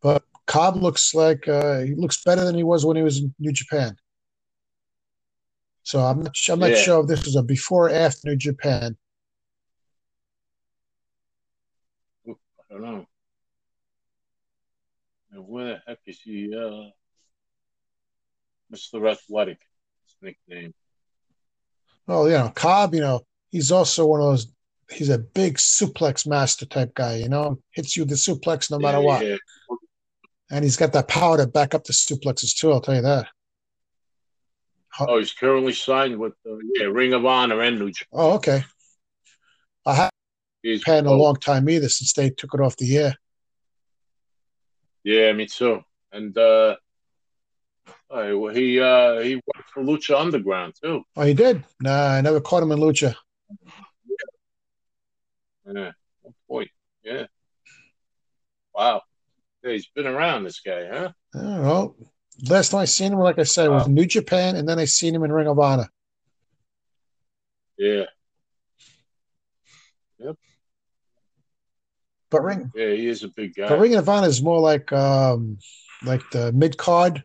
F: but Cobb looks like uh, he looks better than he was when he was in New Japan. So I'm not. su- I'm not
G: Yeah.
F: sure if this was a before or after New Japan.
G: I don't know. And where the heck is he? Uh, Mr. Athletic, his nickname.
F: Well, you know, Cobb, you know, he's also one of those, he's a big suplex master type guy, you know, hits you with the suplex no matter
G: Yeah,
F: what.
G: yeah.
F: And he's got that power to back up the suplexes too, I'll tell you that.
G: Oh, he's currently signed with uh, yeah, Ring of Honor and New Japan.
F: Oh, okay. I haven't
G: He's-
F: had in a
G: oh,
F: long time either since they took it off the air.
G: Yeah, me too. And uh, all right, well, he uh, he worked for Lucha Underground too.
F: Oh, he did? Nah, I never caught him in Lucha.
G: Yeah, good point. Yeah. Wow. Yeah, he's been around this guy, huh?
F: I don't know. Last time I seen him, like I said, was New Japan, and then I seen him in Ring of Honor.
G: Yeah.
F: But Ring,
G: Yeah, he is a big guy.
F: but Ring of Honor is more like um, like the mid card.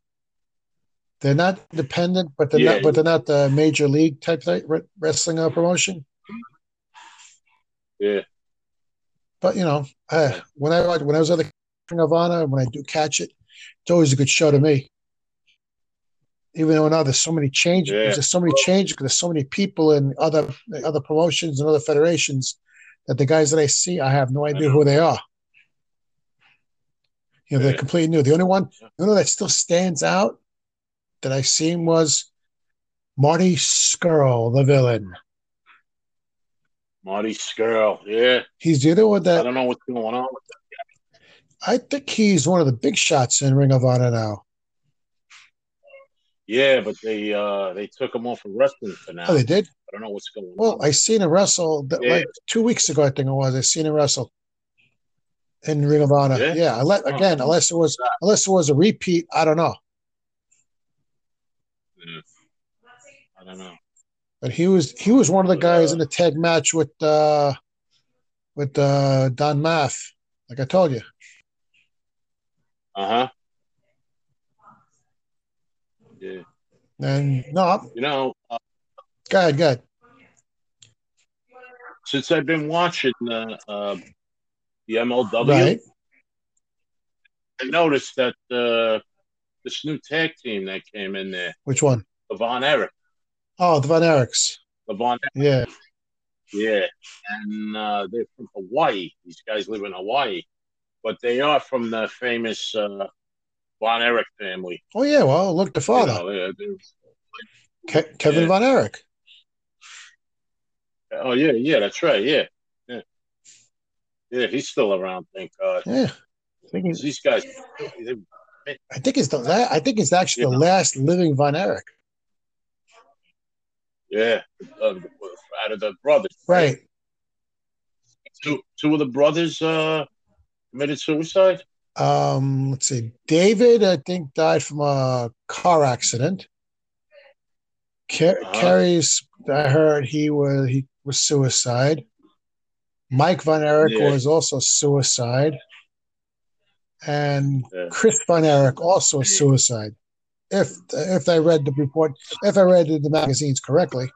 F: They're not independent, but they're
G: Yeah.
F: not but they're not the major league type thi- re- wrestling uh, promotion.
G: Yeah.
F: But you know, uh, when I watch- when I was at the Ring of Honor, when I do catch it, it's always a good show to me. Even though now there's so many changes,
G: Yeah.
F: there's so many changes, 'cause there's so many people in other other promotions and other federations that the guys that I see, I have no idea who they are. You know, they're
G: Yeah.
F: completely new. The only one, the only one that still stands out that I seen was Marty Skrull, the villain.
G: Marty Skrull. Yeah.
F: He's the other one
G: I
F: that
G: don't know what's going on with
F: I think he's one of the big shots in Ring of Honor now.
G: Yeah, but they uh they took him off of wrestling for now.
F: Oh, they did.
G: I don't know what's going
F: Well,
G: on.
F: I seen him wrestle that,
G: Yeah.
F: like two weeks ago. I think it was. I seen him wrestle in Ring of Honor.
G: Yeah? Oh,
F: Yeah, I let,
G: Huh.
F: again, unless it was unless it was a repeat, I don't know.
G: I don't know.
F: But he was he was one of the guys
G: Oh, Yeah.
F: in the tag match with uh with uh Don Math, like I told you.
G: Uh huh. Yeah.
F: And no, I'm,
G: You know, uh,
F: go ahead, go ahead.
G: since I've been watching uh, uh, the MLW,
F: Right.
G: I noticed that uh, this new tag team that came in there,
F: Which one?
G: the Von Eric,
F: Oh, the Von Erichs.
G: the Von Eric,
F: Yeah.
G: yeah, and uh, they're from Hawaii. These guys live in Hawaii, but they are from the famous uh, Von Eric family.
F: Oh yeah. Well, look, the
G: You
F: father,
G: know, they're- they're-
F: Ke- Kevin
G: Yeah.
F: Von Erich.
G: Oh yeah, yeah, that's right. Yeah, yeah, yeah. He's still around. Thank God.
F: Yeah. I think he's,
G: These guys, they-
F: I think it's the la- I think it's actually
G: Yeah.
F: the last living Von Erich.
G: yeah, uh, out of the brothers,
F: Right.
G: Two, two of the brothers uh, committed suicide.
F: Um, let's see. David, I think, died from a car accident. Car-
G: Uh-huh.
F: Carrie's, I heard he was he was suicide. Mike Von Erich
G: Yeah.
F: was also suicide, and
G: Yeah.
F: Chris Von Erich also suicide. If if I read the report, if I read the magazines correctly,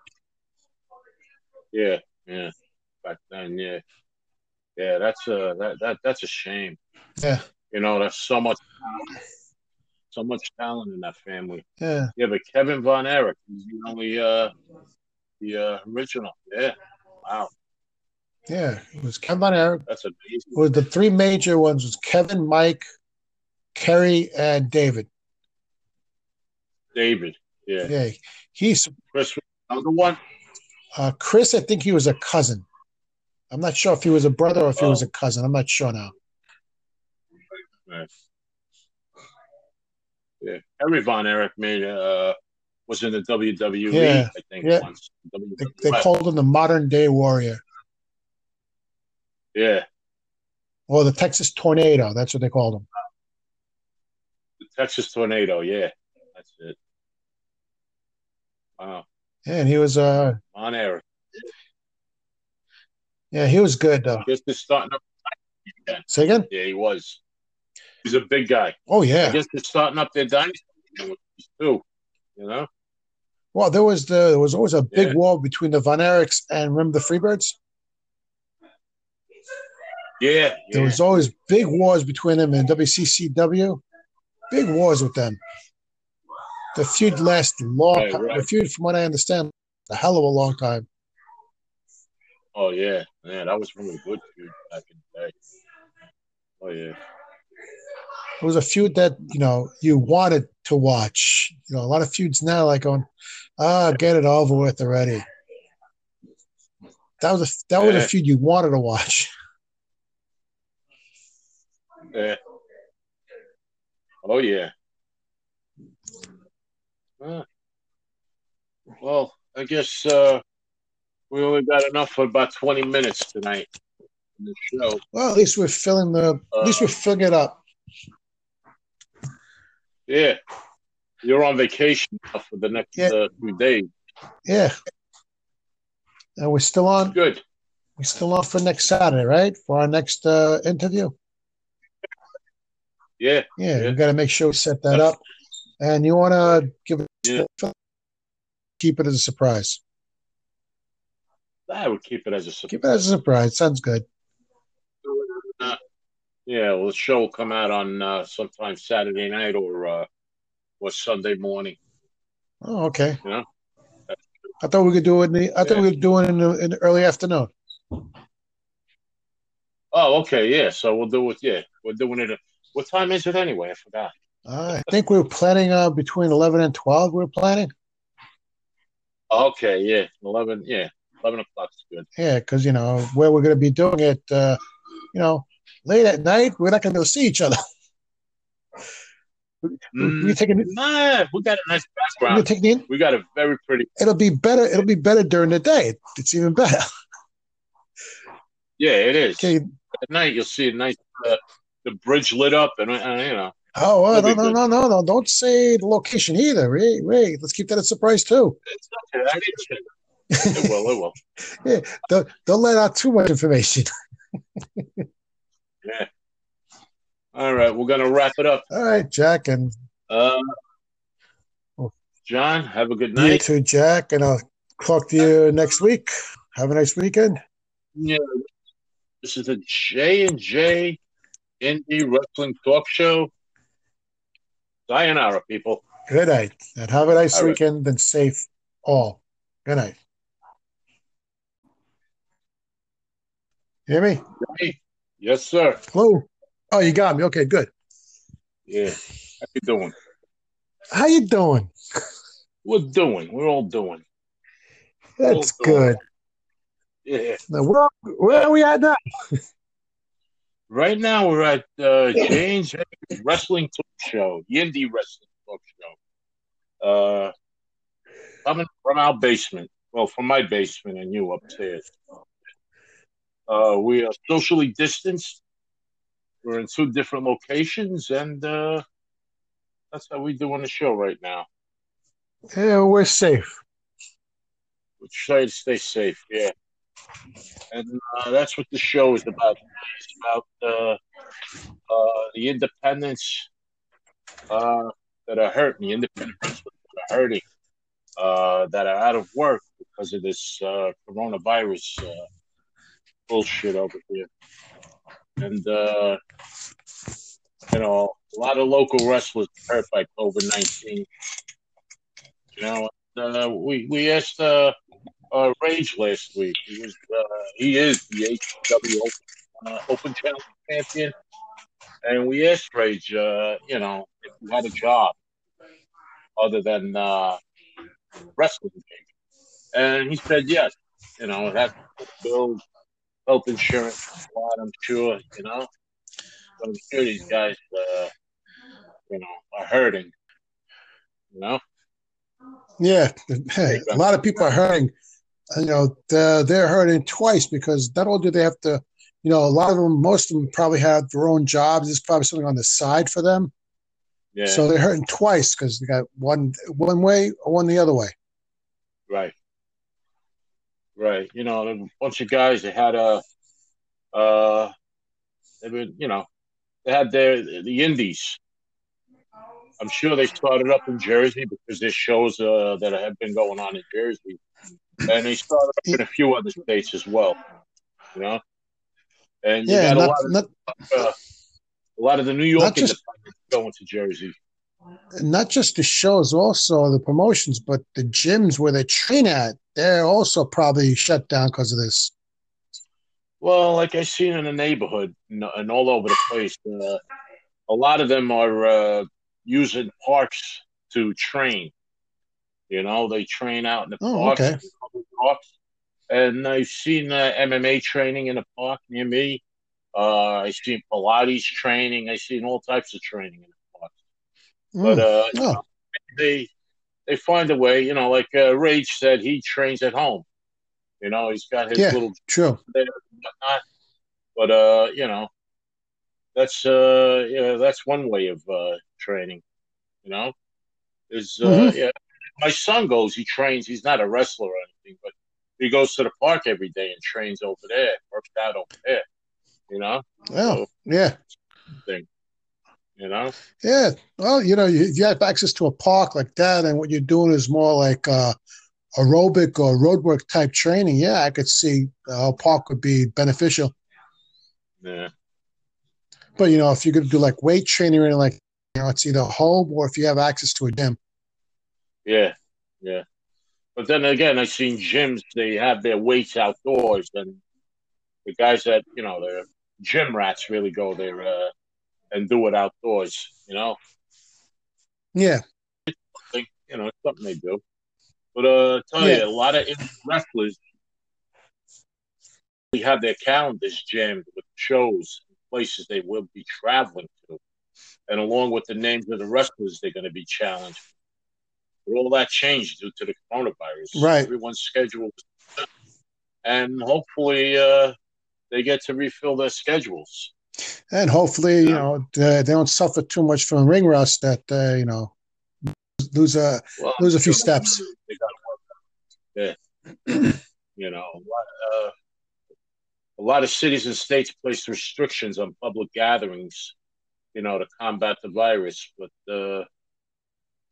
G: Yeah, yeah. Back then, yeah, yeah. That's a that, that that's a shame.
F: yeah,
G: You know, that's so much, talent, so much talent in that family.
F: yeah,
G: Yeah, but Kevin Von Erich, he's the only uh, the uh, original. Yeah, wow,
F: yeah. It was Kevin Von Erich.
G: that's amazing.
F: It was the three major ones was Kevin, Mike, Kerry, and David.
G: David. Yeah.
F: Yeah, he's
G: Chris was another one.
F: uh, Chris. I think he was a cousin. I'm not sure if he was a brother or if he
G: Oh.
F: was a cousin. I'm not sure now.
G: Yeah. Harry Von Erich made uh was in the WWE,
F: Yeah.
G: I think
F: Yeah.
G: once. E.
F: They, they
G: WWF.
F: called him the modern day warrior
G: yeah.
F: or the Texas tornado. That's what they called him.
G: The Texas tornado, yeah. That's it. Wow.
F: And he was, uh,
G: Von Erich.
F: yeah, he was good though.
G: Guess they're starting up
F: Say again?
G: yeah, he was. He's a big guy.
F: Oh
G: I
F: yeah.
G: guess they're starting up their dynasty with these two. You know?
F: Well, there was the there was always a big
G: Yeah.
F: war between the Von Erichs and remember the Freebirds.
G: Yeah.
F: There
G: yeah.
F: was always big wars between them and WCCW. Big wars with them. The feud lasted long.
G: Right, right.
F: The feud, from what I understand, a hell of a long time.
G: Oh yeah, man, that was really good dude, back in the day. Oh yeah,
F: It was a feud that you know you wanted to watch. You know, a lot of feuds now like on, ah, get it over with already. That was a that was a
G: Yeah.
F: feud you wanted to watch.
G: yeah. Oh yeah. Huh. Well, I guess uh, we only got enough for about twenty minutes tonight in the show.
F: Well, at least we're filling the at least we're filling it up.
G: Yeah, you're on vacation now for the next
F: Yeah.
G: uh, few days.
F: Yeah, and we're still on
G: Good.
F: we're we still off for next Saturday, right? For our next uh, interview.
G: Yeah.
F: Yeah,
G: Yeah.
F: we got to make sure we set that up. And you want to give
G: Yeah.
F: keep it as a surprise.
G: I would keep it as a surprise.
F: Keep it as a surprise. Sounds good.
G: Uh, yeah, well, the show will come out on uh, sometime Saturday night or uh, or Sunday morning.
F: Oh, okay.
G: Yeah.
F: I thought we could do it. In the, I thought we could do it in the, in the early afternoon.
G: Oh, okay, yeah. So we'll do it. Yeah, we're doing it. At, what time is it anyway? I forgot.
F: I think we were planning uh, between eleven and twelve. We were planning.
G: Okay, yeah, eleven. Yeah, eleven o'clock's good.
F: Yeah, because you know where we're going to be doing it. Uh, you know, late at night, we're not going to go see each other.
G: Mm, Mm-hmm.
F: We're taking.
G: nah, we got a nice
F: We're
G: background.
F: taking.
G: We got a very pretty.
F: It'll be better. It'll be better during the day. It's even better.
G: Yeah, it is.
F: Okay.
G: At night, you'll see a nice uh, the bridge lit up, and uh, you know.
F: Oh well, no,
G: That'd be
F: no, no, no, no! Don't say the location either. Ray, Ray, let's keep that a surprise too.
G: It's okay. I didn't. It will. It will.
F: Don't, don't let out too much information.
G: All right, we're gonna wrap it up.
F: All right, Jack, and
G: Uh, John, have a good
F: you
G: night.
F: too, Jack, and I'll talk to you next week. Have a nice weekend.
G: Yeah, this is the J and J Indie Wrestling Talk Show. Sayonara, people.
F: Good night, and have a nice
G: All right.
F: weekend and safe all. Good night. Hear me?
G: Yes, sir.
F: Hello. Oh, you got me. Okay, good.
G: Yeah. How you doing?
F: How you doing?
G: We're doing. We're all doing.
F: That's
G: Hello.
F: good.
G: Yeah.
F: Now, where, where are we at now?
G: Right now we're at uh, J and J Wrestling Talk Show, Indie Wrestling Talk Show. Uh, coming from our basement. Well, from my basement and you upstairs. Uh, we are socially distanced. We're in two different locations, and uh, that's how we doing the show right now.
F: Yeah, we're safe.
G: We're trying to stay safe, yeah. And uh, that's what the show is about. It's about uh, uh, the independents uh, that are hurting, the independent wrestlers that are hurting, uh, that are out of work because of this uh, coronavirus uh, bullshit over here. And, uh, you know, a lot of local wrestlers are hurt by COVID 19. You know, uh, we, we asked. Uh, uh, Rage last week. He was uh, he is the HW Open, uh, Open Challenge champion, and we asked Rage, uh, you know, if he had a job other than uh, wrestling, and he said yes. You know, it has to build health insurance. a lot, I'm sure. You know, but I'm sure these guys, uh, you know, are hurting. You know,
F: Yeah, hey, a lot of people are hurting. You know, they're, they're hurting twice because not only do they have to, you know, a lot of them, most of them probably have their own jobs. There's probably something on the side for them,
G: yeah,
F: so they're hurting twice because they got one one way or one the other way.
G: Right. Right. You know, a bunch of guys that had a, uh, they were, you know, they had their the indies. I'm sure they started up in Jersey because there's shows uh, that have been going on in Jersey, and they started up in a few other states as well. You know, and you
F: Yeah,
G: got a
F: not,
G: lot of
F: not
G: uh, a lot of the New York
F: Not just-
G: independents going to Jersey.
F: not just the shows, also the promotions, but the gyms where they train at, they're also probably shut down because of this.
G: Well, like I seen in the neighborhood and, and all over the place, uh, a lot of them are uh, using parks to train. You know, they train out in the
F: Oh,
G: parks,
F: okay.
G: in public parks. And I've seen uh, MMA training in a park near me. Uh, I seen Pilates training. I seen all types of training in the park. But
F: Mm.
G: uh,
F: Oh.
G: they they find a way. You know, like uh, Rage said, he trains at home. You know, he's got his
F: Yeah.
G: little
F: True.
G: whatnot. But uh, you know, that's uh, yeah, that's one way of uh, training. You know, is uh,
F: Mhm.
G: yeah. My son goes. He trains. He's not a wrestler or anything, but
B: he goes to the park every day and trains over there, works out over there. You know,
F: Oh, yeah.
B: you know.
F: Yeah. Well, you know, you- if you have access to a park like that and what you're doing is more like uh, aerobic or roadwork type training, yeah, I could see uh, a park would be beneficial.
B: Yeah,
F: But, you know, if you're going to do like weight training or anything like, you know, it's either home or if you have access to a gym.
B: yeah, yeah. But then again, I've seen gyms they have their weights outdoors, and the guys that you know they're gym rats really go there uh, and do it outdoors. You know,
F: Yeah.
B: think you know it's something they do. But uh, tell
F: Yeah.
B: you, a lot of indie wrestlers they have their calendars jammed with shows, and places they will be traveling to, and along with the names of the wrestlers they're going to be challenged. But all that changed due to the coronavirus.
F: Right.
B: everyone's schedule, was set. and hopefully uh, they get to refill their schedules.
F: And hopefully, you know, they, they don't suffer too much from ring rust that, uh, you know, lose a,
B: Well,
F: Lose a few
B: you know,
F: steps.
B: They got to work out. Yeah. you know, a lot, uh, a lot of cities and states place restrictions on public gatherings, you know, to combat the virus. But, uh,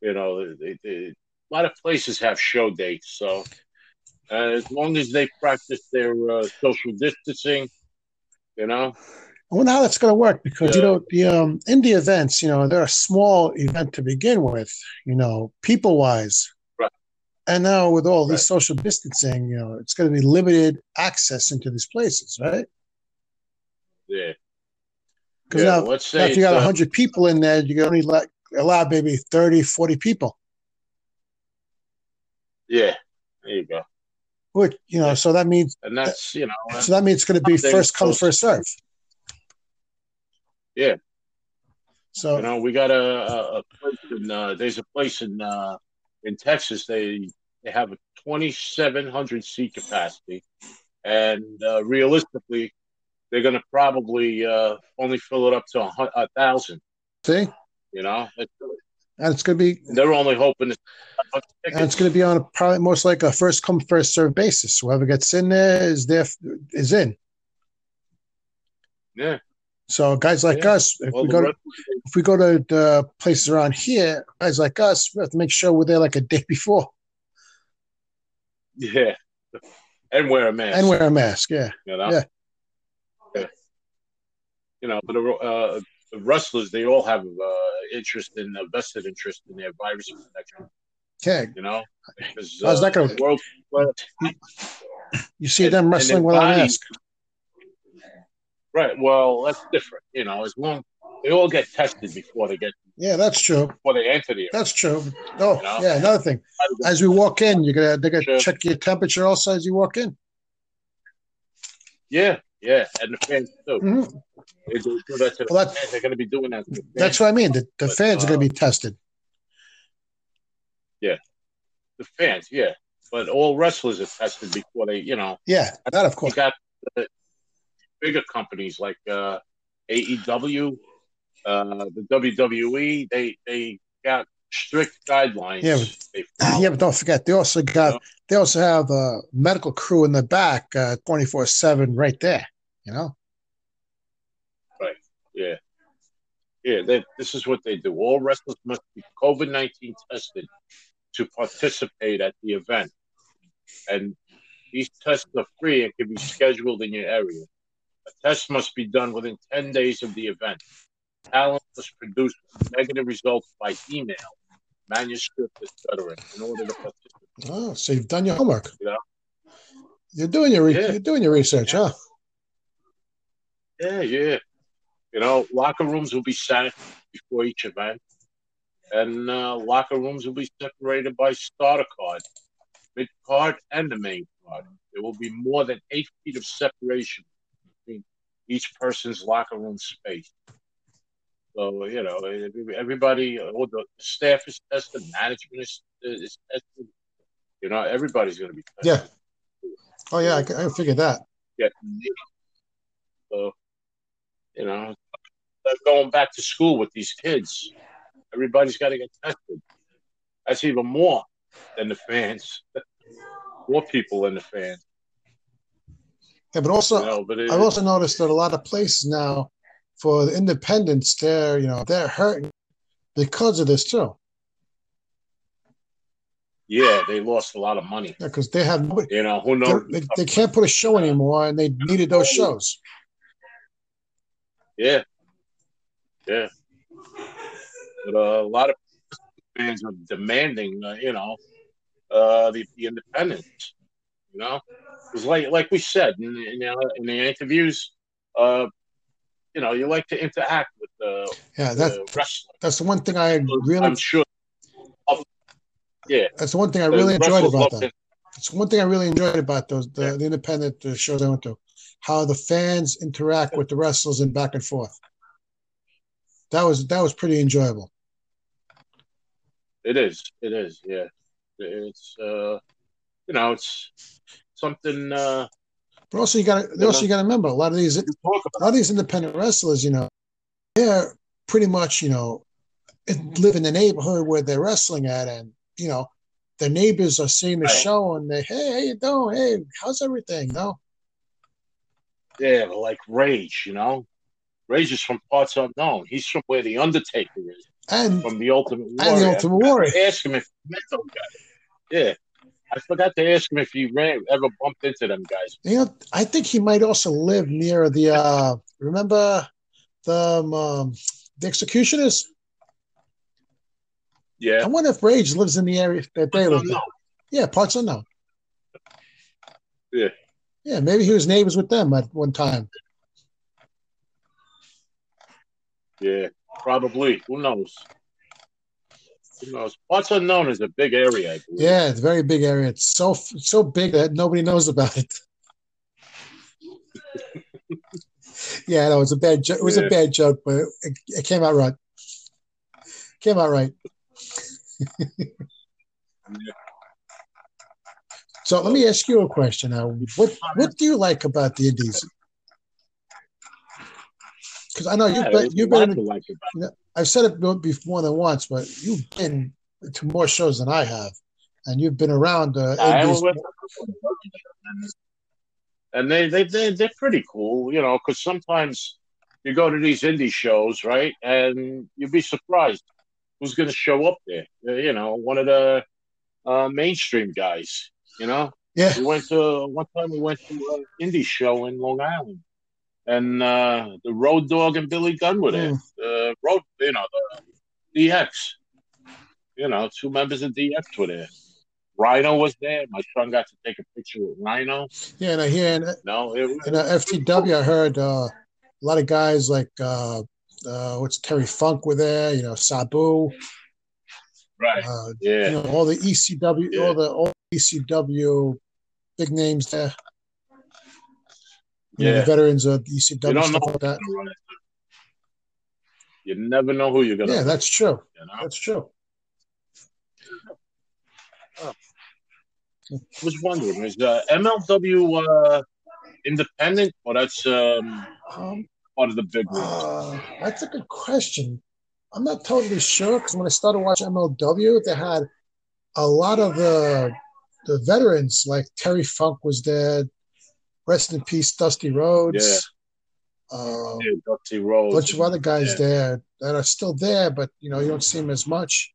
B: you know, they, they, a lot of places have show dates. So uh, as long as they practice their uh, social distancing, you know,
F: I wonder how that's going to work because you
B: Yeah.
F: know the um, indie events. You know they're a small event to begin with. You know people wise,
B: Right.
F: and now with all
B: Right.
F: this social distancing, you know it's going to be limited access into these places, right?
B: yeah.
F: 'Cause
B: Yeah,
F: now,
B: let's
F: now
B: say
F: if you got
B: it's, uh,
F: hundred people in there, you can only let, allow maybe 30, 40 people.
B: yeah, there you go.
F: Which you know,
B: Yeah.
F: so that means
B: And that's, you know, uh,
F: so that means it's going to be
B: Something
F: first come,
B: close.
F: first serve.
B: Yeah.
F: So
B: You know, we got a, a, a place in, uh, there's a place in uh, in Texas. They they have a 2,700 seat capacity, and uh, realistically, they're going to probably uh, only fill it up to a, hun- a thousand.
F: see,
B: You know,
F: and it's going to be
B: they're only hoping to.
F: and it's going to be on a probably most like a first come first serve basis. Whoever gets in there is there is in.
B: Yeah.
F: So guys like
B: Yeah.
F: us, if
B: Well,
F: we
B: the
F: go to,
B: rest-
F: if we go to the places around here, guys like us, we have to make sure we're there like a day before
B: yeah, and wear a mask.
F: and wear a mask. Yeah,
B: you know.
F: Yeah.
B: Yeah. You know, but uh, the wrestlers they all have uh, interest in a vested interest in their virus protection.
F: okay.
B: You know, because, uh,
F: How's that gonna-
B: world, well,
F: You see
B: And-
F: them
B: and
F: wrestling
B: their
F: without a
B: bodies-
F: mask.
B: right? Well, that's different. You know, as long they all get tested before they get
F: Yeah, that's true.
B: before they enter the
F: That's true. Oh,
B: You know?
F: yeah. Another thing, as we walk in, you're gonna they're gonna
B: Sure.
F: check your temperature also as you walk in.
B: yeah, yeah, and the fans too.
F: hmm
B: They do do that to the
F: Well, that-
B: fans. They're going to be doing that. To the fans.
F: That's what I mean. The, the
B: But,
F: fans are gonna
B: uh,
F: be tested.
B: the fans, yeah. But all wrestlers are tested before they, you know,
F: Yeah, that of
B: you
F: course.
B: got the bigger companies like uh, AEW, uh, the WWE. They they got strict guidelines.
F: Yeah, but-
B: they follow.
F: Yeah, but don't forget they also got
B: Yeah.
F: they also have a medical crew in the back, twenty four seven, right there. You know,
B: Yeah. Yeah, they, this is what they do. All wrestlers must be COVID 19 tested to participate at the event. And these tests are free and can be scheduled in your area. A test must be done within 10 days of the event. Talent must produce negative results by email, manuscript, etc., in order to participate.
F: oh, so you've done your homework.
B: Yeah.
F: You're doing your re-
B: Yeah.
F: you're doing your research, huh?
B: Yeah, yeah. You know, locker rooms will be sanitized before each event, and uh, locker rooms will be separated by starter card, mid card, and the main card. There will be more than eight feet of separation between each person's locker room space. So you know, every- everybody, all the staff is tested, management is, is tested. You know, everybody's going to be tested.
F: Yeah. Oh yeah, I, I figured that.
B: Yeah. So, you know, they're going back to school with these kids. Everybody's got to get tested. That's even more than the fans.
G: more people than the fans.
F: Yeah, but also
G: you know, but it,
F: I've also noticed that a lot of places now for the independents, they're you know they're hurting because of this too.
G: yeah, they lost a lot of money.
F: Because they have nobody,
G: You know, who knows?
F: they're- they, they can't put a show anymore, and they needed those shows.
G: Yeah. Yeah. But uh, a lot of fans are demanding, uh, you know, uh, the, the independence. You know, because like like we said in the, in the, in the interviews, uh, you know, you like to interact with the,
F: Yeah, that's
G: the wrestler.
F: that's the one thing I really
G: I'm sure.
F: that's the one thing I really
G: the
F: enjoyed
G: wrestlers
F: about
G: love
F: that. It's one thing I really enjoyed about those the,
G: Yeah.
F: the independent uh, shows I went to, how the fans interact with the wrestlers and back and forth. That was that was pretty enjoyable.
G: It is. It is. Yeah. It's uh, you know, it's something uh,
F: But also you got to also you got to remember a lot of these a
G: you talk about.
F: lot of these independent wrestlers, you know, they're pretty much you know in- live in the neighborhood where they're wrestling at, and you know their neighbors are seeing the
G: Right.
F: show and they hey how you doing hey how's everything no
G: Yeah, but like Rage, you know? Rage is from parts unknown. He's from where the Undertaker is,
F: and
G: from the Ultimate Warrior.
F: and the Ultimate Warrior.
G: I asked him if he met those guys. Yeah. I forgot to ask him if he ran, ever bumped into them guys.
F: You know, I think he might also live near the. Uh, remember the um, um, the executioners. I
G: Yeah.
F: wonder if Rage lives in the area that they live in.
G: Unknown.
F: Yeah, parts unknown.
G: Yeah.
F: Yeah, maybe he was neighbors with them at one time.
G: Yeah, probably. Who knows? Who knows? Parts unknown is a big area, I believe.
F: Yeah, it's a very big area. It's so so big that nobody knows about it. yeah, no, it's a bad joke. It was
G: Yeah.
F: a bad joke, but it, it came out right. Came out right. So let me ask you a question. Now, what what do you like about the Indies? Because I know you've
G: Yeah, there's
F: been,
G: a
F: you've
G: lot
F: been
G: to like about it.
F: I've said it before more than once, but you've been to more shows than I have, and you've been around. Uh,
G: I
F: indies-
G: went to- and they, they, they, they're pretty cool, you know, because sometimes you go to these indie shows, right? And you'd be surprised who's going to show up there. Uh, You know, one of the uh, mainstream guys, you know?
F: Yeah.
G: We went to, one time we went to an indie show in Long Island. And uh, the Road Dog and Billy Gunn were there. The Road, you know, the DX. You know, two members of DX were there. Rhino was there. My son got to take a picture with Rhino.
F: yeah, and I hear in,
G: No, it was
F: in uh, FTW, I heard uh, a lot of guys like uh, uh, what's Terry Funk were there, you know, Sabu,
G: right.
F: uh, you
G: Yeah,
F: know, all the ECW,
G: Yeah.
F: all the all ECW big names there. You know,
G: yeah.
F: the veterans of the ECW
G: You don't
F: stuff
G: know
F: like that.
G: who's gonna run it. You never know who you're gonna.
F: Yeah,
G: run,
F: that's true.
G: you know?
F: That's true.
G: I was wondering, is uh, MLW uh, independent or that's um,
F: Um,
G: part of the big one?
F: Uh, that's a good question. I'm not totally sure because when I started watching MLW, they had a lot of the the veterans like Terry Funk was there. Rest in peace, Dusty Rhodes. Um,
G: Yeah, Dusty
F: a
G: Rhodes.
F: bunch of other guys
G: Yeah.
F: there that are still there, but you know you don't see them as much.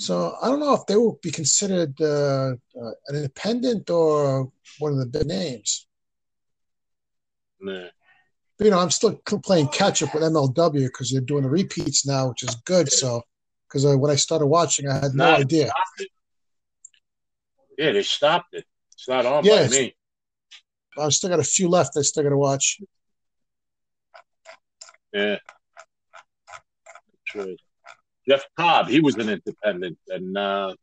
F: So I don't know if they will be considered uh, uh, an independent or one of the big names.
G: Yeah.
F: But, you know, I'm still c- playing catch up with MLW because they're doing the repeats now, which is good. So, because uh, when I started watching, I had no
G: Nah.
F: idea.
G: Yeah, they stopped it. It's not on
F: Yeah,
G: by
F: it's-
G: me.
F: I've still got a few left. I still got to watch.
G: Yeah. That's right. Jeff Cobb, he was an independent, and uh,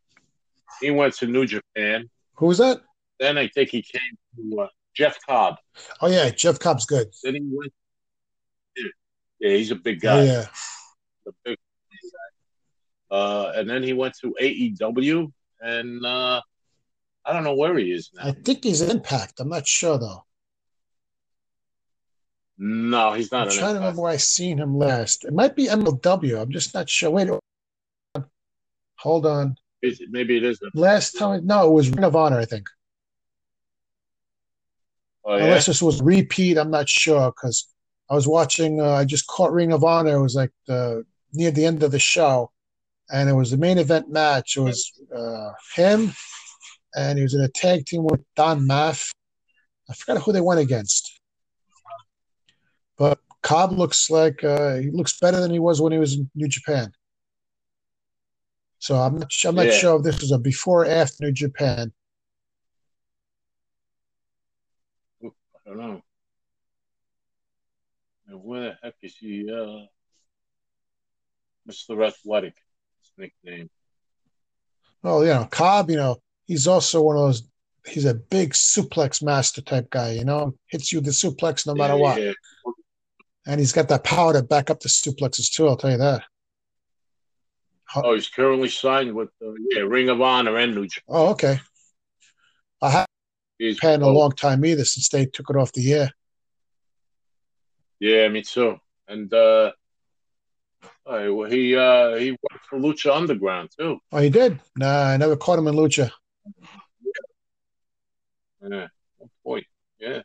G: he went to New Japan.
F: Who was that?
G: Then I think he came to uh, Jeff Cobb.
F: Oh yeah, Jeff Cobb's good.
G: Then he went. Yeah, he's a big
F: Oh
G: guy.
F: yeah,
G: a big guy. Uh, and then he went to AEW, and uh, I don't know where he is now.
F: I think he's Impact. I'm not sure though.
G: no, he's
F: I'm trying
G: not. An
F: to
G: Impact.
F: remember where I seen him last. It might be MLW. I'm just not sure. Wait, hold on.
G: Is it- Maybe it is.
F: Last time, no, it was Ring of Honor. I think
G: Oh, yeah?
F: Unless this was repeat, I'm not sure because I was watching. Uh, I just caught Ring of Honor. It was like the near the end of the show, and it was the main event match. It was uh, him, and he was in a tag team with Don Maff. I forgot who they went against, but Cobb looks like uh, he looks better than he was when he was in New Japan. So I'm not, su- I'm not
G: Yeah.
F: sure if this was a before or after New Japan.
G: I don't know. Now, where the heck is he? Uh, Mr. Athletic, his nickname.
F: Well, you know, Cobb, you know, he's also one of those, he's a big suplex master type guy, you know, hits you with the suplex no matter
G: Yeah,
F: what.
G: yeah.
F: And he's got that power to back up the suplexes too, I'll tell you that.
G: Oh, he's currently signed with uh, yeah, Ring of Honor and New Japan.
F: Oh, okay. I haven't
G: He's-
F: had in a
G: oh,
F: long time either since they took it off the air.
G: Yeah, me too. And uh, all right, well, he uh, he worked for Lucha Underground too.
F: Oh, he did? Nah, I never caught him in Lucha.
G: Yeah, good point. Yeah.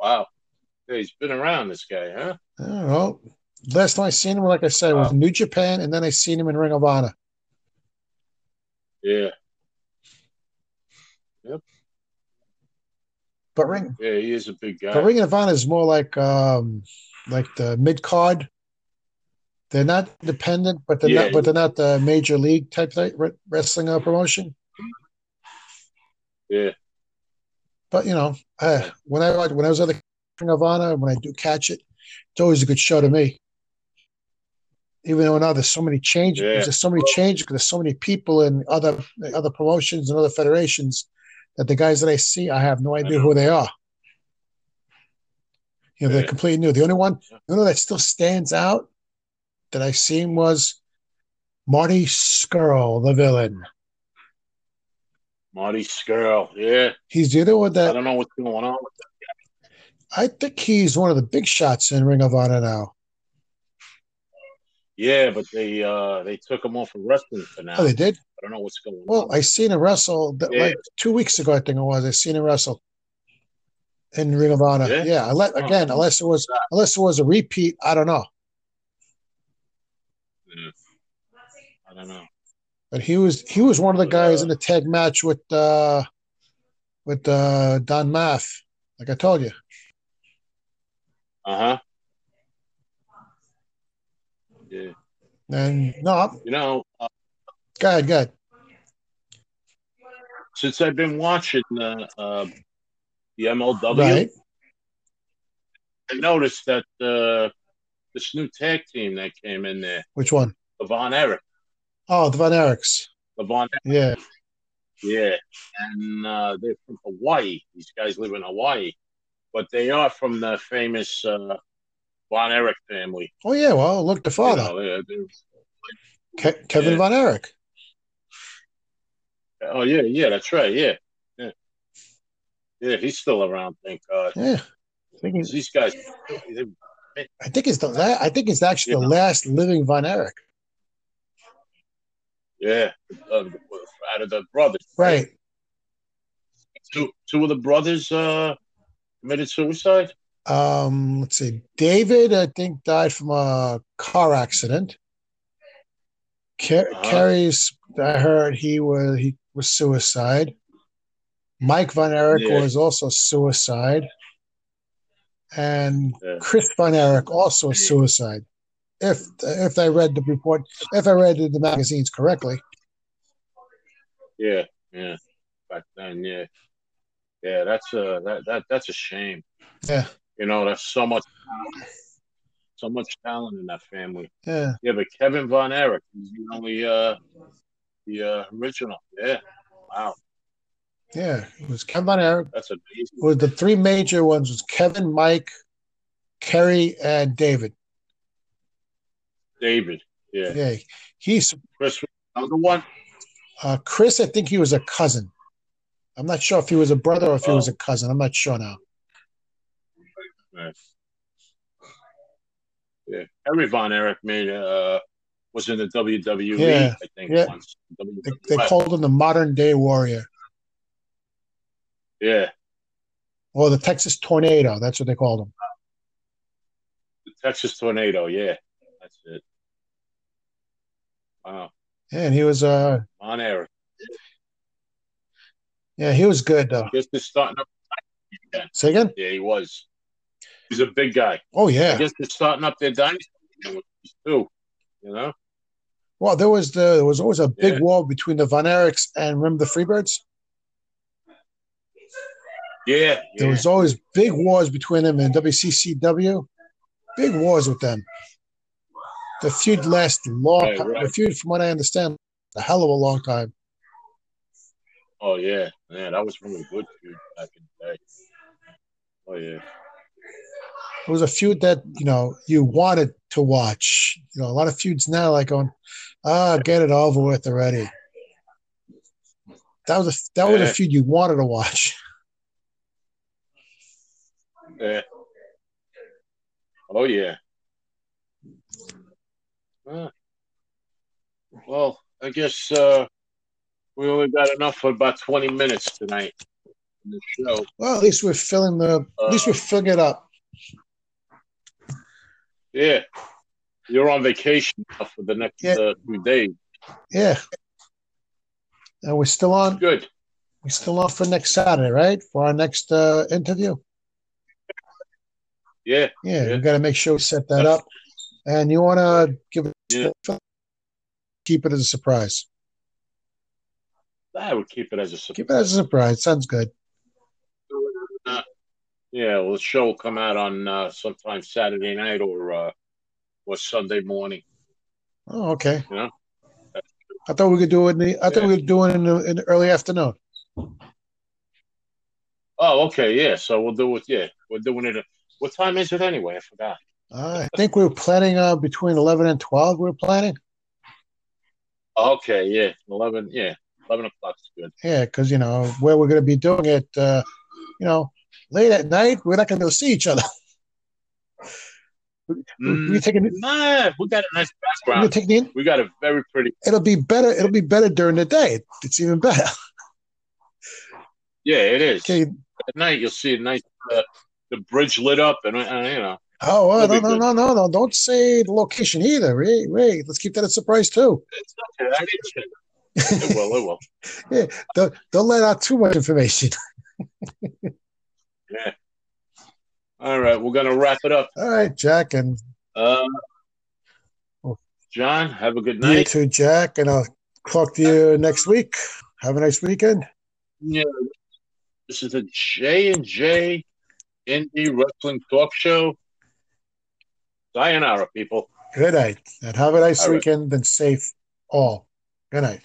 G: Wow. Yeah, he's been around this guy, huh?
F: I don't know. Last time I seen him, like I said, was New Japan, and then I seen him in Ring of Honor.
G: Yeah,
F: But Ring,
G: yeah, he is a big guy.
F: But Ring of Honor is more like um like the mid card. They're not independent, but they're
G: Yeah.
F: not but they're not the major league type type re- wrestling uh, promotion.
G: Yeah,
F: But you know, uh, when I watch- when I was at the Ring of Honor, when I do catch it, it's always a good show to me. Even though now there's so many changes,
G: Yeah.
F: there's so many changes, there's so many people in other other promotions and other federations that the guys that I see, I have no idea who they are. You know, they're
G: Yeah.
F: completely new. The only one, the only one that still stands out that I seen was Marty Skrull, the villain.
G: Marty Skrull. Yeah,
F: He's the other one
G: I
F: that
G: don't know what's going on. with
F: I think he's one of the big shots in Ring of Honor now.
G: Yeah, but they uh they took him off of wrestling for now.
F: Oh, they did.
G: I don't know what's going
F: Well,
G: on.
F: I seen him wrestle th-
G: Yeah.
F: like two weeks ago. I think it was. I seen him wrestle in Ring of Honor.
G: Yeah? Oh,
F: Yeah. I let
G: Huh.
F: again, unless it was unless it was a repeat. I don't know.
G: Yeah. I don't know.
F: But he was he was one of the
G: But,
F: guys
G: uh,
F: in the tag match with uh with uh Don Math. Like I told you,
G: Uh huh. Yeah.
F: and no, I'm,
G: You know, uh,
F: go ahead, go ahead.
G: since I've been watching uh, uh, Oh, the MLW,
F: Right,
G: I noticed that uh, this new tag team that came in there,
F: which one?
G: Levon Eric,
F: Oh, the Von Erichs.
G: Levon, Eric,
F: Yeah,
G: yeah, and uh, they're from Hawaii. These guys live in Hawaii, but they are from the famous uh, Von Eric family.
F: Oh yeah. Well, look, the
G: You
F: father,
G: know, they're- they're-
F: Ke- Kevin
G: Yeah.
F: Von Erich.
G: oh yeah, yeah, that's right, yeah, yeah, yeah. He's still around, thank God.
F: Yeah, I think he's.
G: These guys, they-
F: I think it's the. La- I think it's actually
G: Yeah.
F: the last living Von Erich.
G: yeah, uh, out of the brothers,
F: Right.
G: Two, two of the brothers uh, committed suicide.
F: um let's see david i think died from a car accident Car-
G: Uh-huh.
F: carrie's i heard he was he was suicide mike von erich
G: Yeah.
F: was also suicide and
G: Yeah.
F: chris von erich also suicide if if i read the report if i read the magazines correctly
G: Yeah, yeah. Back then, yeah, yeah. That's a that, that that's a shame.
F: yeah
G: You know, that's so much, so much talent in that family.
F: yeah
G: Yeah, but Kevin Von Erich, he's the only uh, the uh, original. Yeah, wow,
F: yeah it was kevin von erich
G: that's amazing.
F: was the three major ones was kevin mike kerry and david
G: David, yeah,
F: yeah he's
G: Chris, was another one.
F: Uh, Chris, I think he was a cousin. I'm not sure if he was a brother or if he
G: Oh.
F: was a cousin. I'm not sure now.
G: Yeah, Harry Von Erich made uh was in the WWE,
F: Yeah,
G: I think
F: yeah.
G: once. E.
F: They, they
G: WWF.
F: called him the modern day warrior.
G: Yeah.
F: or the Texas tornado. That's what they called them.
G: The Texas tornado. Yeah, that's it. Wow,
F: Yeah, and he was uh
G: on air.
F: yeah he was good though.
G: Just is starting up.
F: Say again?
G: Yeah, he was. He's a big guy.
F: Oh
G: I
F: yeah.
G: guess they're starting up their dynasty again with these two. You know,
F: Well, there was the there was always a big
G: Yeah.
F: war between the Von Erichs and remember the Freebirds.
G: yeah,
F: There
G: yeah.
F: was always big wars between them and WCCW. Big wars with them. The feud lasted a long.
G: Right,
F: time.
G: right.
F: The feud, from what I understand, a hell of a long time.
G: Oh yeah, man, that was really good dude, back in the day. Oh yeah,
F: It was a feud that you know you wanted to watch. You know, a lot of feuds now like on, ah, get it over with already. That was a that was
G: Yeah.
F: a feud you wanted to watch.
G: yeah. Oh yeah. Huh. Well, I guess uh, we only got enough for about twenty minutes tonight in the show.
F: Well, at least we're filling the at least
G: Uh.
F: we're filling it up.
G: Yeah, you're on vacation now for the next
F: Yeah.
G: uh, few days.
F: Yeah, and we're still on.
G: Good.
F: We're still on for next Saturday, right? For our next uh, interview.
G: Yeah.
F: Yeah,
G: Yeah.
F: we got to make sure we set that up. And you want to give it,
G: Yeah.
F: keep it as a surprise.
G: I would Ah, keep it as a surprise.
F: Keep it as a surprise. Sounds good.
G: Yeah, well, the show will come out on uh, sometime Saturday night or uh, or Sunday morning.
F: Oh, okay.
G: Yeah.
F: I thought we could do it. In the, I thought we could do it in the, in the early afternoon.
G: Oh, okay, yeah. So we'll do it. Yeah, we're doing it. uh, What time is it anyway? I forgot.
F: I think we were planning uh, between eleven and twelve. We were planning.
G: Okay, yeah, eleven. Yeah, eleven o'clock's good.
F: Yeah, because you know where we're going to be doing it. Uh, you know, late at night, we're not going to see each other.
G: Mm, Mm-hmm.
F: We take it.
G: nah, we got a nice
F: We
G: background.
F: take the.
G: We got a very pretty.
F: It'll be better. It'll be better during the day. It's even better.
G: Yeah, it is.
F: Okay.
G: At night, you'll see a nice uh, the bridge lit up, and uh, you know.
F: Oh, well, no,
G: It'll be
F: no,
G: good.
F: no, no, no. Don't say the location either. Wait, wait. Let's keep that a surprise, too.
G: It's okay. I didn't- It will. It will.
F: Don't, don't let out too much information.
G: All right, we're gonna wrap it up.
F: All right, Jack. And
G: Uh, John, have a good
F: you
G: night.
F: too, Jack. And I'll talk to you next week. Have a nice weekend.
G: Yeah, this is a J and J Indie Wrestling Talk Show. Sayonara, people.
F: Good night. And have a nice
G: All right.
F: weekend and safe all. Good night.